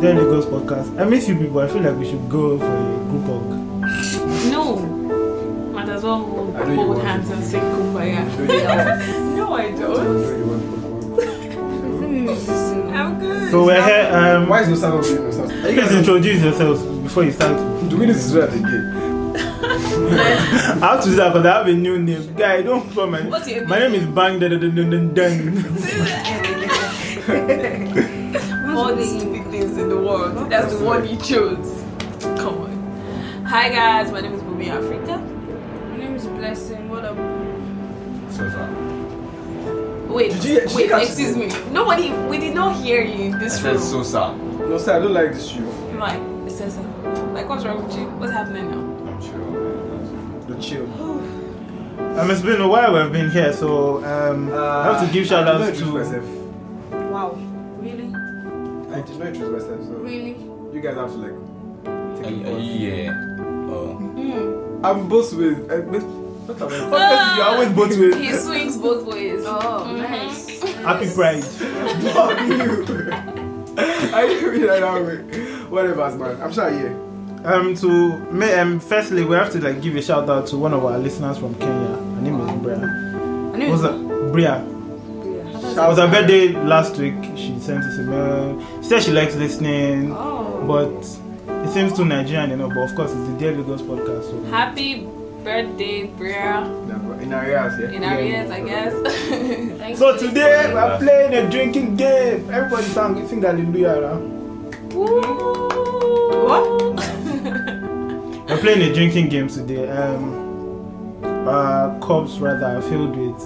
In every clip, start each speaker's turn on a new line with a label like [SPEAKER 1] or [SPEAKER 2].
[SPEAKER 1] Then the Ghost Podcast. I miss you people. I feel like we should go for a group hug.
[SPEAKER 2] No. Might as well hold,
[SPEAKER 3] I know you
[SPEAKER 2] hold
[SPEAKER 3] want
[SPEAKER 2] hands
[SPEAKER 3] to.
[SPEAKER 2] and say kumbaya. No, I don't. I'm good.
[SPEAKER 1] So we're here. Um,
[SPEAKER 3] Why is no sound of being no sound? Are
[SPEAKER 1] please
[SPEAKER 3] guys
[SPEAKER 1] introduce yourselves before you start.
[SPEAKER 3] doing this Israel again?
[SPEAKER 1] I have to do that because I have a new name. Guy, don't call my
[SPEAKER 2] What's your-
[SPEAKER 1] My name is Bang Dun Dun Dun Dun Dun.
[SPEAKER 2] All the stupid things in the world. That's the one you chose. Come on. Hi guys, my name is Bumi Africa.
[SPEAKER 4] My name is Blessing. What up?
[SPEAKER 2] Wait,
[SPEAKER 3] Did you- she
[SPEAKER 2] wait,
[SPEAKER 3] can't-
[SPEAKER 2] excuse me. Nobody, we did not hear you in this room.
[SPEAKER 5] Sosa.
[SPEAKER 3] No, sir, I don't like this shoe.
[SPEAKER 2] Right, it says so. Like, what's wrong with you? What's happening now?
[SPEAKER 5] I'm chill.
[SPEAKER 3] The chill.
[SPEAKER 1] Um, it's been a while we've been here, so um, I have to give shout
[SPEAKER 3] I
[SPEAKER 1] outs
[SPEAKER 3] did not Uh, introduce
[SPEAKER 1] to.
[SPEAKER 3] myself.
[SPEAKER 4] Wow. Really?
[SPEAKER 3] I did not introduce myself, so
[SPEAKER 4] Really?
[SPEAKER 3] you guys have to like. take a pause.
[SPEAKER 5] Yeah. Oh.
[SPEAKER 4] Mm.
[SPEAKER 3] I'm both ways. I- but- What am
[SPEAKER 2] Ah!
[SPEAKER 3] I?
[SPEAKER 1] You're always both ways.
[SPEAKER 2] He swings both ways.
[SPEAKER 4] Oh,
[SPEAKER 2] Mhm.
[SPEAKER 4] nice.
[SPEAKER 1] Happy Pride.
[SPEAKER 3] Fuck you. I didn't mean that that way. Whatever, man. I'm sure yeah.
[SPEAKER 1] Um, to me, um, firstly, we have to like give a shout out to one of our listeners from Kenya. Her name is Bria.
[SPEAKER 4] My
[SPEAKER 1] What
[SPEAKER 4] name
[SPEAKER 1] was
[SPEAKER 4] is.
[SPEAKER 1] that? Bria. It was her birthday last week. She sent us a mail. She said she likes listening,
[SPEAKER 4] Oh.
[SPEAKER 1] but it seems too Nigerian, you know. But of course, it's the Dear Lagos podcast. So.
[SPEAKER 2] Happy birthday, Bria.
[SPEAKER 3] Yeah, but In areas, yeah.
[SPEAKER 2] In our ears, I guess.
[SPEAKER 4] Thank
[SPEAKER 1] So
[SPEAKER 4] you.
[SPEAKER 1] today we are playing a drinking game. Everybody sang, sing hallelujah. Right? We're playing a drinking game today. Um, uh, cups rather are filled with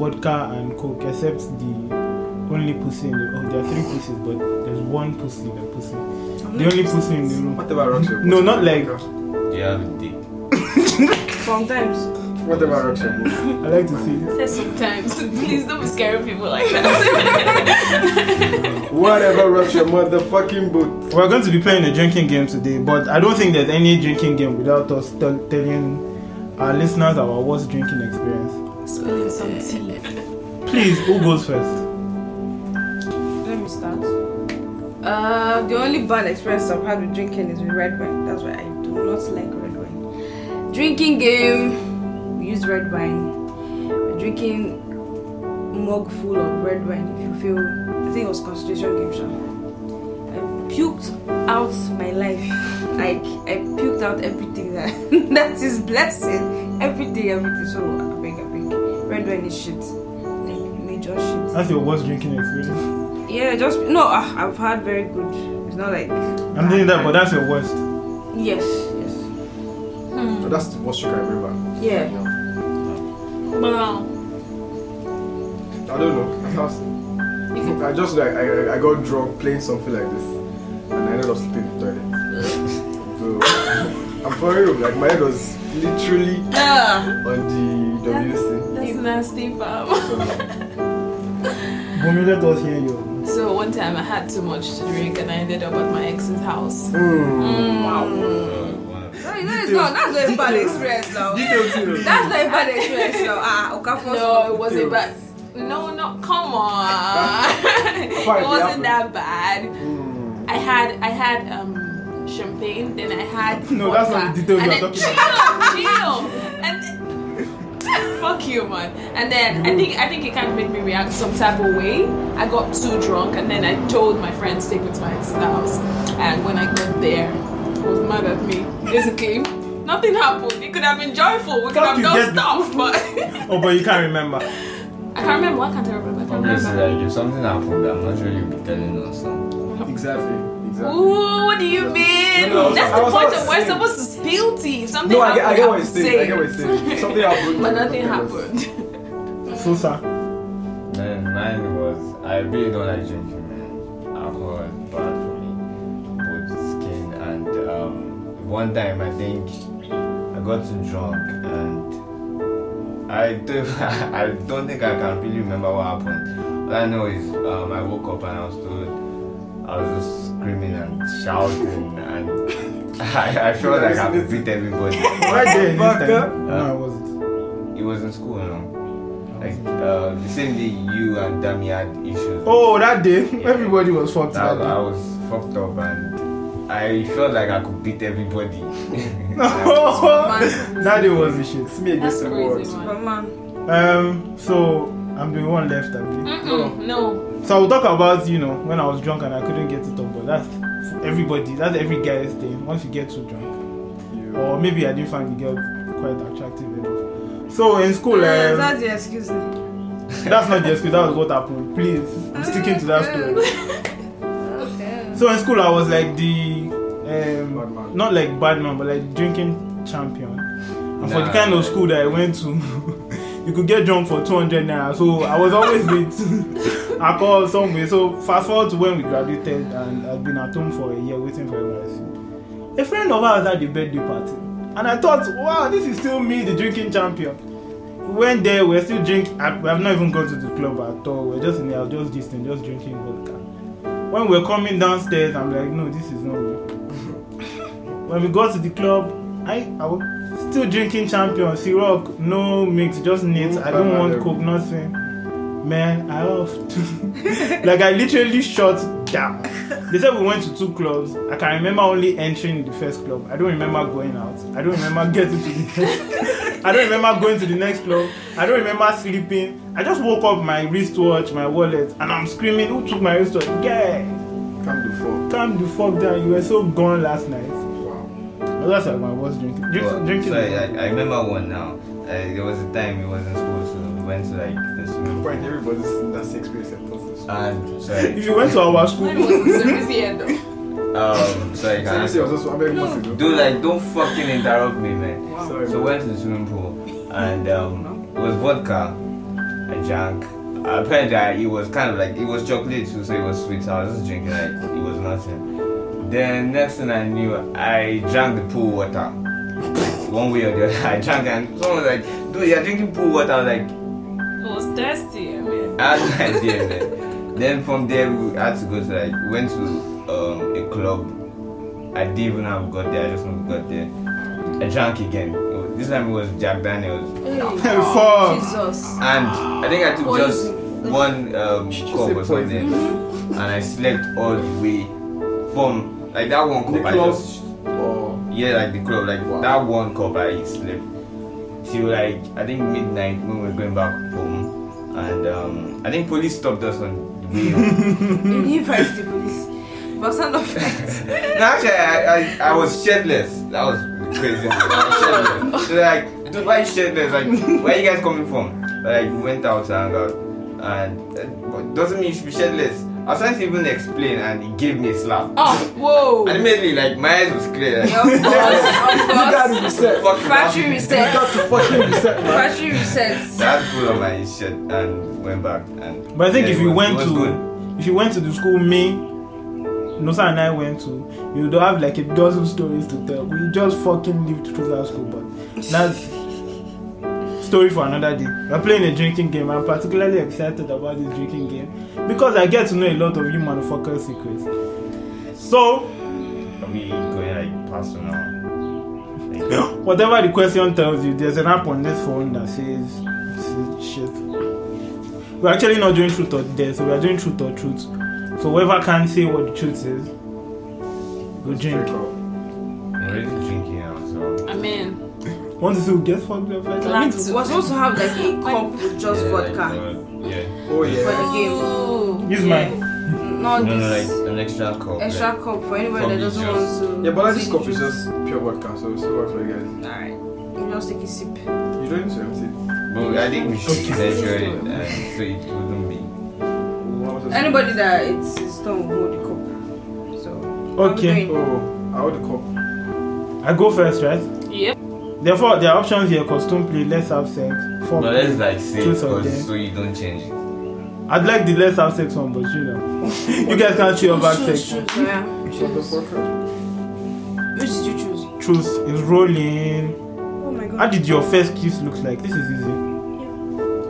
[SPEAKER 1] vodka and coke, except the only pussy in the. Oh, there are three pussies, but there's one pussy. The pussy. The only pussy in the room.
[SPEAKER 3] Whatever rocks your boat.
[SPEAKER 1] No, not like-
[SPEAKER 5] They have a dick.
[SPEAKER 4] Sometimes.
[SPEAKER 3] Whatever rocks your boat.
[SPEAKER 1] I like to see. it.
[SPEAKER 2] Say sometimes. Please don't be scaring people like that.
[SPEAKER 3] Whatever rocks your motherfucking boat.
[SPEAKER 1] We're going to be playing a drinking game today, but I don't think there's any drinking game without us tell telling our listeners our worst drinking experience.
[SPEAKER 2] Spilling some tea.
[SPEAKER 1] Please, who goes first?
[SPEAKER 4] Let me start. Uh, the only bad experience I've had with drinking is with red wine. That's why I do not like red wine. Drinking game. We use red wine. We're drinking mug full of red wine. If you feel, I think it was concentration game show. I puked out my life. Like I puked out everything that that is blessing. Everything, everything. So I beg, I beg. Red wine is shit. Like major shit.
[SPEAKER 1] That's your worst drinking experience.
[SPEAKER 4] Yeah, just no. ah, I've had very good. It's not like
[SPEAKER 1] I'm doing that, but that's your worst.
[SPEAKER 4] yes, yes.
[SPEAKER 3] So that's the worst you can remember.
[SPEAKER 4] Yeah,
[SPEAKER 3] Yeah.
[SPEAKER 2] Wow.
[SPEAKER 3] I don't know. I was- I just like I, I- I got drunk playing something like this, and I ended up sleeping in the toilet. so I'm for real. Like my head was literally
[SPEAKER 2] Ah.
[SPEAKER 3] on the WC.
[SPEAKER 2] That's nasty, fam.
[SPEAKER 3] So,
[SPEAKER 1] Bumi, let us hear you.
[SPEAKER 2] So one time I had too much to drink and I ended up at my ex's house.
[SPEAKER 3] mm,
[SPEAKER 2] Wow.
[SPEAKER 5] Uh,
[SPEAKER 4] no, no, it's not. That's not a bad experience now.
[SPEAKER 3] details here.
[SPEAKER 4] That's not a bad experience now. Ah, okay, first.
[SPEAKER 2] No, it wasn't
[SPEAKER 3] Ew.
[SPEAKER 2] bad. No, no, come on. it
[SPEAKER 3] happened.
[SPEAKER 2] wasn't that bad.
[SPEAKER 3] Mm.
[SPEAKER 2] I had, I had um champagne. Then I had
[SPEAKER 1] No, that's not the
[SPEAKER 2] vodka,
[SPEAKER 1] details
[SPEAKER 2] and
[SPEAKER 1] we are
[SPEAKER 2] then-
[SPEAKER 1] talking
[SPEAKER 2] Chill, chill. And then- fuck you, man. And then I think I think it kind of made me react some type of way. I got too drunk, and then I told my friends to take me to my ex's house. And when I got there, he was mad at me. Basically, nothing happened. It could have been joyful. We could
[SPEAKER 1] Fuck
[SPEAKER 2] have
[SPEAKER 1] you,
[SPEAKER 2] done
[SPEAKER 1] get-
[SPEAKER 2] stuff, but
[SPEAKER 1] Oh, but you can't remember.
[SPEAKER 2] I can't remember. Why can't I remember? I can't
[SPEAKER 5] obviously,
[SPEAKER 2] remember.
[SPEAKER 5] like if something happened, I'm not sure you'll be telling us. now.
[SPEAKER 3] Hmm. Exactly. Exactly.
[SPEAKER 2] Ooh, what do you mean?
[SPEAKER 3] No, no, I was-
[SPEAKER 2] That's
[SPEAKER 3] I
[SPEAKER 2] the
[SPEAKER 3] was
[SPEAKER 2] point
[SPEAKER 3] not
[SPEAKER 2] of we're
[SPEAKER 3] saying-
[SPEAKER 2] supposed to spill tea. If something
[SPEAKER 3] No, I get, I get what you're
[SPEAKER 2] happened,
[SPEAKER 3] saying. I get what you're
[SPEAKER 2] say it.
[SPEAKER 3] saying. Something happened.
[SPEAKER 2] but nothing
[SPEAKER 3] It was-
[SPEAKER 2] happened.
[SPEAKER 1] Sosa.
[SPEAKER 5] Then mine was I really don't like drinking. Man, alcohol is bad for me, both skin and um. One time I think I got too drunk and I don't I don't think I can really remember what happened. All I know is um, I woke up and I was told. I was just screaming and shouting and I, I felt like I could beat everybody.
[SPEAKER 1] Why
[SPEAKER 3] Eh,
[SPEAKER 1] there this
[SPEAKER 3] Vodka.
[SPEAKER 1] time? No, I wasn't.
[SPEAKER 5] It was in school, you know. Like uh, the same day you and Dami had issues.
[SPEAKER 3] Oh,
[SPEAKER 1] Oh, that day, everybody was fucked
[SPEAKER 5] that,
[SPEAKER 1] that
[SPEAKER 5] I
[SPEAKER 1] day.
[SPEAKER 5] was fucked up and I felt like I could beat everybody.
[SPEAKER 1] that day was the shit.
[SPEAKER 3] me against the
[SPEAKER 2] That's crazy,
[SPEAKER 3] world.
[SPEAKER 2] man.
[SPEAKER 4] Superman.
[SPEAKER 1] Um, so I'm the one left. I'm the-
[SPEAKER 2] Mm-mm, no.
[SPEAKER 1] So I will talk about you know when I was drunk and I couldn't get it up, but that's for everybody. That's every guy's thing. Once you get too drunk,
[SPEAKER 3] You-
[SPEAKER 1] or maybe I didn't find the girl quite attractive enough. So in school,
[SPEAKER 3] eh?
[SPEAKER 4] Is
[SPEAKER 1] um,
[SPEAKER 4] that the excuse?
[SPEAKER 1] that's not the excuse. That was what happened. Please, I'm sticking to that story.
[SPEAKER 4] Okay.
[SPEAKER 1] So in school, I was like the um,
[SPEAKER 3] Bad man.
[SPEAKER 1] not like bad man, but like drinking champion. And for the
[SPEAKER 5] Nah.
[SPEAKER 1] kind of school that I went to, you could get drunk for 200 naira. So I was always with alcohol somewhere. So fast forward to when we graduated, and I'd been at home for a year waiting for everyone. A friend of ours had the birthday party, and I thought, wow, this is still me, the drinking champion. We went there, we're still drinking. I- We have not even gone to the club at all. We're just in there, just this thing, just drinking vodka. When we're coming downstairs, I'm like, no, this is not me. when we got to the club, I, I was still drinking champion, Ciroc, no mix, just neat. I don't want coke, nothing. Man, I off. like I literally shut down. They said we went to two clubs. I can remember only entering the first club. I don't remember going out. I don't remember getting to the next. I don't remember going to the next club. I don't remember sleeping. I just woke up my wristwatch, my wallet, and I'm screaming, who took my wristwatch? Yeah,
[SPEAKER 3] Come to fuck.
[SPEAKER 1] calm the fuck down. You were so gone last night.
[SPEAKER 3] Wow.
[SPEAKER 1] Well, that's like my worst drinking. Drink,
[SPEAKER 5] Well,
[SPEAKER 1] drinking.
[SPEAKER 5] Sorry, I, I remember one now. Uh, there was a time we was in school, so we went to like this room.
[SPEAKER 3] Fine, everybody's that's experience and process.
[SPEAKER 5] And
[SPEAKER 1] if
[SPEAKER 5] sorry,
[SPEAKER 1] you went to our school,
[SPEAKER 2] Mine was a busy end though.
[SPEAKER 5] um, sorry, can I
[SPEAKER 3] Seriously, I was also I'm very
[SPEAKER 2] Hmm.
[SPEAKER 3] positive.
[SPEAKER 5] Dude, like, don't fucking interrupt me, man.
[SPEAKER 3] Sorry.
[SPEAKER 5] So we went to the swimming pool, and um, it was vodka. I drank. Apparently, I, it was kind of like it was chocolate too, so it was sweet. So I was just drinking like it was nothing. Then next thing I knew, I drank the pool water. One way or the other, I drank, and someone was like, "Dude, you're drinking pool water." I was like,
[SPEAKER 2] It was thirsty, I mean.
[SPEAKER 5] I had no idea, man. Then from there we had to go to like we went to um, a club. I didn't even have got there. I just know we got there. I drank again. It was- This time it was Jack Daniels,
[SPEAKER 4] Hey.
[SPEAKER 3] Oh.
[SPEAKER 1] fuck.
[SPEAKER 4] Jesus.
[SPEAKER 5] and I think I took just
[SPEAKER 4] Poison.
[SPEAKER 5] one um,
[SPEAKER 3] Ah. just
[SPEAKER 5] cup
[SPEAKER 3] said
[SPEAKER 5] or something, Mm-hmm. and I slept all the way from like that one cup.
[SPEAKER 3] The
[SPEAKER 5] I
[SPEAKER 3] club?
[SPEAKER 5] just
[SPEAKER 3] Oh,
[SPEAKER 5] yeah, like the club, like
[SPEAKER 3] Wow.
[SPEAKER 5] that one cup I slept till like I think midnight when we were going back home, and um, I think police stopped us on the way home.
[SPEAKER 3] Hmm.
[SPEAKER 4] You need fight the police. But sound of it.
[SPEAKER 5] No, actually, I, I, I was shirtless. That was crazy. I was shirtless. So like, dude, why you shirtless? Like, where you guys coming from? Like, we went out to hang out, and uh, but doesn't mean you should be shirtless. I was trying to even explain, and he gave me a slap.
[SPEAKER 2] Oh, whoa.
[SPEAKER 5] And immediately, like, my eyes was clear. Like,
[SPEAKER 4] Yeah, of course. Of
[SPEAKER 3] you
[SPEAKER 4] course.
[SPEAKER 3] gotta reset.
[SPEAKER 5] fuck
[SPEAKER 4] Factory
[SPEAKER 5] that.
[SPEAKER 3] You
[SPEAKER 4] reset.
[SPEAKER 3] got to fucking reset, man.
[SPEAKER 4] Factory reset.
[SPEAKER 5] That pulled on my shirt and went back. And
[SPEAKER 1] But I think
[SPEAKER 5] yeah,
[SPEAKER 1] if
[SPEAKER 5] it
[SPEAKER 1] you
[SPEAKER 5] was-
[SPEAKER 1] went
[SPEAKER 5] it was
[SPEAKER 1] to,
[SPEAKER 5] good.
[SPEAKER 1] if you went to the school me, Nosa and I went to, you would have like a dozen stories to tell. We just fucking lived through that school, but that's story for another day. We're playing a drinking game. I'm particularly excited about this drinking game because I get to know a lot of you motherfuckers' secrets. So.
[SPEAKER 5] Are we going like past or now? Like,
[SPEAKER 1] Whatever the question tells you, there's an app on this phone that says, says shit. We're actually not doing truth or dare, so we are doing truth or truth. So whoever can say what the truth is, will drink.
[SPEAKER 5] I'm already drinking now, so.
[SPEAKER 2] I mean,
[SPEAKER 1] Want to see who gets fucked up first?
[SPEAKER 2] glad
[SPEAKER 4] We're
[SPEAKER 2] to.
[SPEAKER 4] supposed to have like a cup with just
[SPEAKER 5] yeah,
[SPEAKER 4] vodka
[SPEAKER 5] Like, uh, yeah.
[SPEAKER 3] Oh
[SPEAKER 4] for
[SPEAKER 3] yeah.
[SPEAKER 4] the game.
[SPEAKER 2] Oh.
[SPEAKER 1] Use
[SPEAKER 4] Yeah.
[SPEAKER 1] mine.
[SPEAKER 4] Not
[SPEAKER 5] No, no, like
[SPEAKER 4] this
[SPEAKER 5] an extra cup.
[SPEAKER 4] extra cup for E anybody that
[SPEAKER 5] Probably
[SPEAKER 4] doesn't
[SPEAKER 5] just-
[SPEAKER 4] want to.
[SPEAKER 3] Yeah, but like this
[SPEAKER 4] see
[SPEAKER 3] cup is
[SPEAKER 4] juice.
[SPEAKER 3] just pure vodka, so it still works for you guys.
[SPEAKER 4] Alright. We'll just take a sip.
[SPEAKER 3] You don't need to empty it.
[SPEAKER 5] Like, but I think we should
[SPEAKER 1] Okay.
[SPEAKER 5] measure it uh, so it wouldn't be.
[SPEAKER 3] What was I saying?
[SPEAKER 4] Anybody that it's, it's done will hold the cup. So. how we
[SPEAKER 1] Okay.
[SPEAKER 4] doing?
[SPEAKER 3] Oh, I hold the cup.
[SPEAKER 1] I go first, right?
[SPEAKER 2] Yep.
[SPEAKER 1] Therefore, there are options here: costume play, let's have sex, fuck.
[SPEAKER 5] But let's like say
[SPEAKER 1] Choose
[SPEAKER 5] it
[SPEAKER 1] something.
[SPEAKER 5] cause, so you don't change it.
[SPEAKER 1] I'd like the let's have sex one, but you know, you guys can't chew about sex.
[SPEAKER 4] Choose, choose, yeah.
[SPEAKER 3] What the
[SPEAKER 4] Choose.
[SPEAKER 3] fuck? up.
[SPEAKER 4] Which did you choose?
[SPEAKER 1] Truth is rolling.
[SPEAKER 4] Oh my
[SPEAKER 1] How
[SPEAKER 4] god.
[SPEAKER 1] did your first kiss look like? This is easy.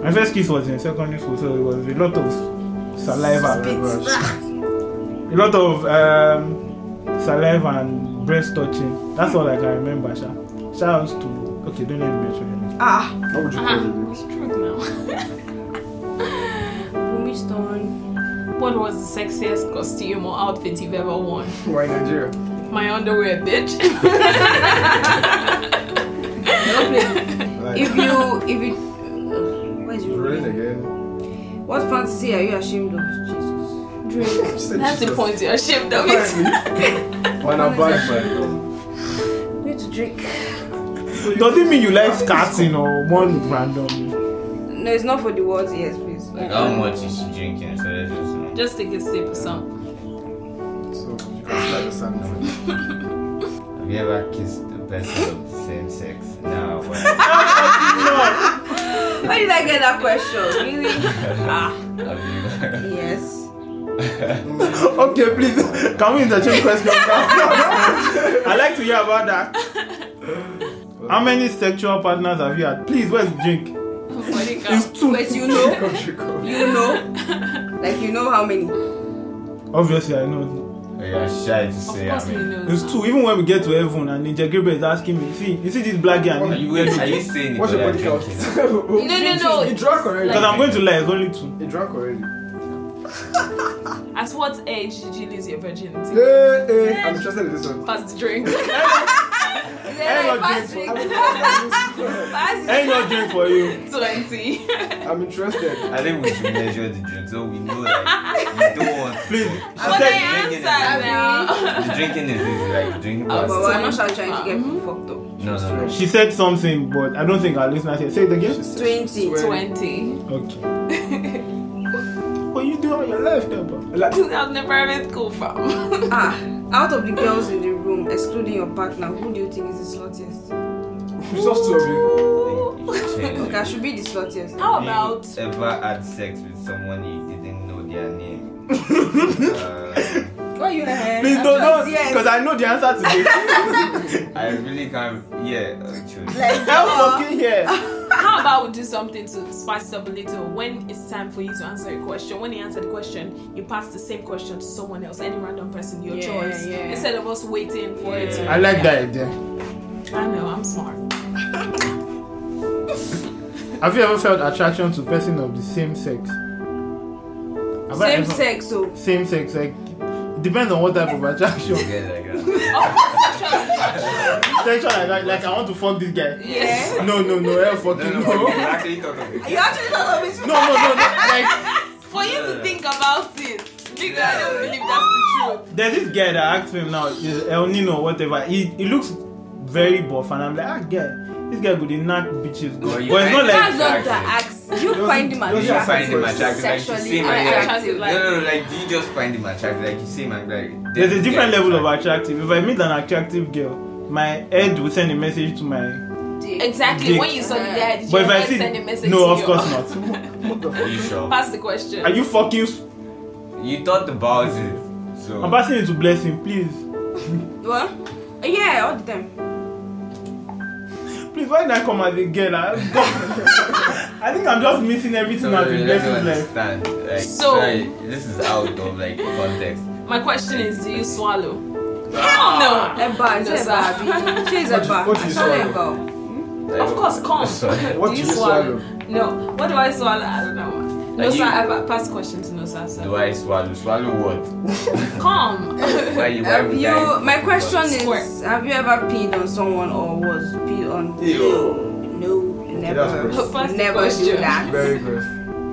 [SPEAKER 1] My first kiss was in secondary school, so it was a lot of saliva,
[SPEAKER 4] Spit.
[SPEAKER 1] a lot of um, saliva and breast touching. That's all I can remember. Sha. Shout out to okay, don't let me mention your name.
[SPEAKER 4] Ah.
[SPEAKER 3] How
[SPEAKER 2] Uh-huh.
[SPEAKER 3] would you
[SPEAKER 2] Ah,
[SPEAKER 3] call it?
[SPEAKER 2] it's true now.
[SPEAKER 4] Boomy stone.
[SPEAKER 2] What was the sexiest costume or outfit you've ever worn?
[SPEAKER 3] Why Nigeria?
[SPEAKER 2] My underwear, bitch.
[SPEAKER 4] No place.
[SPEAKER 3] Like,
[SPEAKER 4] if you if you uh, where's
[SPEAKER 3] she's
[SPEAKER 4] your
[SPEAKER 3] rolling again.
[SPEAKER 4] What fantasy are you ashamed of? Jesus.
[SPEAKER 2] Drink.
[SPEAKER 3] She said
[SPEAKER 2] That's the
[SPEAKER 3] Jesus.
[SPEAKER 2] point you're ashamed of it.
[SPEAKER 3] Why not bad, man?
[SPEAKER 4] We need to drink.
[SPEAKER 1] Doesn't mean you like starting or one random.
[SPEAKER 4] No, it's not for the words. Yes, please.
[SPEAKER 5] Like how much is she drinking? So let's just know.
[SPEAKER 2] Just take a sip or something.
[SPEAKER 3] So, you can start the sand now.
[SPEAKER 5] Have you ever kissed a person of the same sex? Now what?
[SPEAKER 4] Where did I get that question? Really? ah,
[SPEAKER 5] Have you?
[SPEAKER 4] yes.
[SPEAKER 1] Okay, please. Can we interchange questions now? I like to hear about that. How many sexual partners have you had? Please, where's the drink? It's
[SPEAKER 2] Monica.
[SPEAKER 1] two.
[SPEAKER 4] But you know,
[SPEAKER 3] Country code.
[SPEAKER 4] you know, like you know how many.
[SPEAKER 1] Obviously, I know.
[SPEAKER 5] you are shy to
[SPEAKER 2] Of
[SPEAKER 5] say
[SPEAKER 2] course
[SPEAKER 5] I
[SPEAKER 2] we
[SPEAKER 5] mean.
[SPEAKER 2] know.
[SPEAKER 1] It's two. Even when we get to heaven and Ninja Gabriel is asking me, see, you see this black guy?
[SPEAKER 5] Are
[SPEAKER 1] Because
[SPEAKER 5] you, are you saying it
[SPEAKER 3] What's
[SPEAKER 5] or you
[SPEAKER 3] your
[SPEAKER 5] are
[SPEAKER 3] body count?
[SPEAKER 5] drinking?
[SPEAKER 2] No, no, no.
[SPEAKER 3] He drank already.
[SPEAKER 2] Like-
[SPEAKER 1] I'm going to lie, it's only two.
[SPEAKER 3] He drank already.
[SPEAKER 2] At what age did you lose your virginity?
[SPEAKER 3] Hey, hey, I'm interested in this one.
[SPEAKER 2] Pass the drink.
[SPEAKER 1] Hey, not
[SPEAKER 4] Like, pass
[SPEAKER 1] drink.
[SPEAKER 4] it, pass it.
[SPEAKER 1] Ain't no drink for you.
[SPEAKER 2] 20.
[SPEAKER 3] I'm interested.
[SPEAKER 5] I think we should measure the drink so we know that we don't want to.
[SPEAKER 1] Please.
[SPEAKER 5] She
[SPEAKER 2] But I
[SPEAKER 1] said
[SPEAKER 2] answered
[SPEAKER 5] drinking is the drinking
[SPEAKER 2] now.
[SPEAKER 5] is easy, like drinking
[SPEAKER 2] I
[SPEAKER 4] Ah, But
[SPEAKER 5] was
[SPEAKER 2] was-
[SPEAKER 4] we're not trying to get people fucked up.
[SPEAKER 5] No, no, no.
[SPEAKER 1] She said something, but I don't think our listeners here. Say it again.
[SPEAKER 4] Twenty.
[SPEAKER 2] 20.
[SPEAKER 1] Okay. what you do on your life, there, bro?
[SPEAKER 3] Like,
[SPEAKER 2] I was never in school from.
[SPEAKER 4] Ah, out of the girls in the room, excluding your partner, who do you think is the sluttiest?
[SPEAKER 3] it's just two of you.
[SPEAKER 5] I think you should change
[SPEAKER 4] Okay, I
[SPEAKER 5] it.
[SPEAKER 4] should be the sluttiest.
[SPEAKER 2] How
[SPEAKER 5] You
[SPEAKER 2] about
[SPEAKER 5] ever had sex with someone you didn't know their name?
[SPEAKER 4] Hmm?
[SPEAKER 5] uh,
[SPEAKER 4] Why you ahead?
[SPEAKER 1] Please don't, don't,
[SPEAKER 4] Yes.
[SPEAKER 1] because I know the answer to this.
[SPEAKER 5] I really can't. Yeah, actually.
[SPEAKER 4] Like,
[SPEAKER 1] I'm
[SPEAKER 4] uh,
[SPEAKER 1] fucking here.
[SPEAKER 2] how about we do something to spice it up a little? When it's time for you to answer a question, when you answer the question, you pass the same question to someone else, any random person, your
[SPEAKER 4] Yeah,
[SPEAKER 2] choice,
[SPEAKER 4] yeah.
[SPEAKER 2] instead of us waiting for it.
[SPEAKER 5] Yeah.
[SPEAKER 2] To
[SPEAKER 1] I like that idea.
[SPEAKER 2] I know, I'm smart.
[SPEAKER 1] Have you ever felt attraction to person of the same sex? Have I
[SPEAKER 4] same
[SPEAKER 1] ever-
[SPEAKER 4] sex, so
[SPEAKER 1] Same sex, like it depends on what type of attraction.
[SPEAKER 5] Get like that.
[SPEAKER 1] Sexual, like, like I want to fuck this guy.
[SPEAKER 2] Yes.
[SPEAKER 1] No, no, no, hell fucking
[SPEAKER 5] No,
[SPEAKER 1] no.
[SPEAKER 5] no,
[SPEAKER 1] No,
[SPEAKER 5] no.
[SPEAKER 1] no,
[SPEAKER 5] Actually, talk of it.
[SPEAKER 4] you actually thought of it.
[SPEAKER 1] no, no, Like
[SPEAKER 2] For you to
[SPEAKER 5] Yeah.
[SPEAKER 2] think about it. Nigga, I don't believe that's the truth.
[SPEAKER 1] there's this guy that asked him now, is El Nino, whatever. He he looks very buff, and I'm like, ah, guy, this guy could knock bitches.
[SPEAKER 5] No,
[SPEAKER 1] good.
[SPEAKER 5] you
[SPEAKER 1] But it's not like
[SPEAKER 5] ain't-
[SPEAKER 4] That's not the axe. You find him
[SPEAKER 5] You
[SPEAKER 3] Yeah,
[SPEAKER 5] just find him
[SPEAKER 3] first.
[SPEAKER 5] attractive, like you
[SPEAKER 4] Sexually
[SPEAKER 5] see him and
[SPEAKER 2] attractive,
[SPEAKER 5] you're like,
[SPEAKER 2] like-
[SPEAKER 5] no, no, no, like you just find him attractive, like you see him and you're like.
[SPEAKER 1] There's a different
[SPEAKER 5] yeah,
[SPEAKER 1] level of
[SPEAKER 5] attractive.
[SPEAKER 1] attractive. If I meet an attractive girl, my head will send a message to my.
[SPEAKER 4] attractive.
[SPEAKER 2] Exactly.
[SPEAKER 1] Dick.
[SPEAKER 2] When you saw the guy, did
[SPEAKER 1] But
[SPEAKER 2] you
[SPEAKER 1] if I
[SPEAKER 2] ever
[SPEAKER 1] see,
[SPEAKER 2] send a message
[SPEAKER 1] no,
[SPEAKER 2] to
[SPEAKER 1] of
[SPEAKER 2] your-
[SPEAKER 1] course not.
[SPEAKER 5] Are you sure?
[SPEAKER 2] Pass the question.
[SPEAKER 1] Are you fucking?
[SPEAKER 5] You thought about it, so.
[SPEAKER 1] I'm passing it to blessing, please.
[SPEAKER 4] What? Yeah, all the time.
[SPEAKER 1] Please, why did I come as a girl? I, I think I'm just missing
[SPEAKER 5] So,
[SPEAKER 1] everything I've been
[SPEAKER 5] let me
[SPEAKER 1] blessing life.
[SPEAKER 5] understand. Like,
[SPEAKER 2] So-
[SPEAKER 5] sorry, this is out of like context.
[SPEAKER 2] My question is, do you swallow?
[SPEAKER 5] Ah.
[SPEAKER 2] Hell no.
[SPEAKER 4] Eba, is
[SPEAKER 2] No,
[SPEAKER 4] it
[SPEAKER 2] sir.
[SPEAKER 4] Eba? She's
[SPEAKER 3] What do-
[SPEAKER 4] Eba.
[SPEAKER 3] what do you
[SPEAKER 4] I saw
[SPEAKER 3] swallow?
[SPEAKER 4] Eba.
[SPEAKER 5] Like,
[SPEAKER 2] Of course, come.
[SPEAKER 5] sorry.
[SPEAKER 3] What
[SPEAKER 2] do you
[SPEAKER 3] do you
[SPEAKER 2] swallow?
[SPEAKER 3] swallow?
[SPEAKER 2] No. What do I swallow? I don't know. No,
[SPEAKER 5] Are
[SPEAKER 2] sir.
[SPEAKER 5] you-
[SPEAKER 2] I pa- pass the question to no, sir. sir.
[SPEAKER 5] Do I swallow? Swallow what?
[SPEAKER 2] Come.
[SPEAKER 5] Why you? Why
[SPEAKER 4] Have
[SPEAKER 5] would I?
[SPEAKER 4] you? My question
[SPEAKER 2] Squirt.
[SPEAKER 4] is: Have you ever peed on someone or was peed on?
[SPEAKER 5] Ew.
[SPEAKER 4] No, never.
[SPEAKER 3] that's gross.
[SPEAKER 2] First
[SPEAKER 4] Never do
[SPEAKER 2] question.
[SPEAKER 4] that.
[SPEAKER 3] Very gross.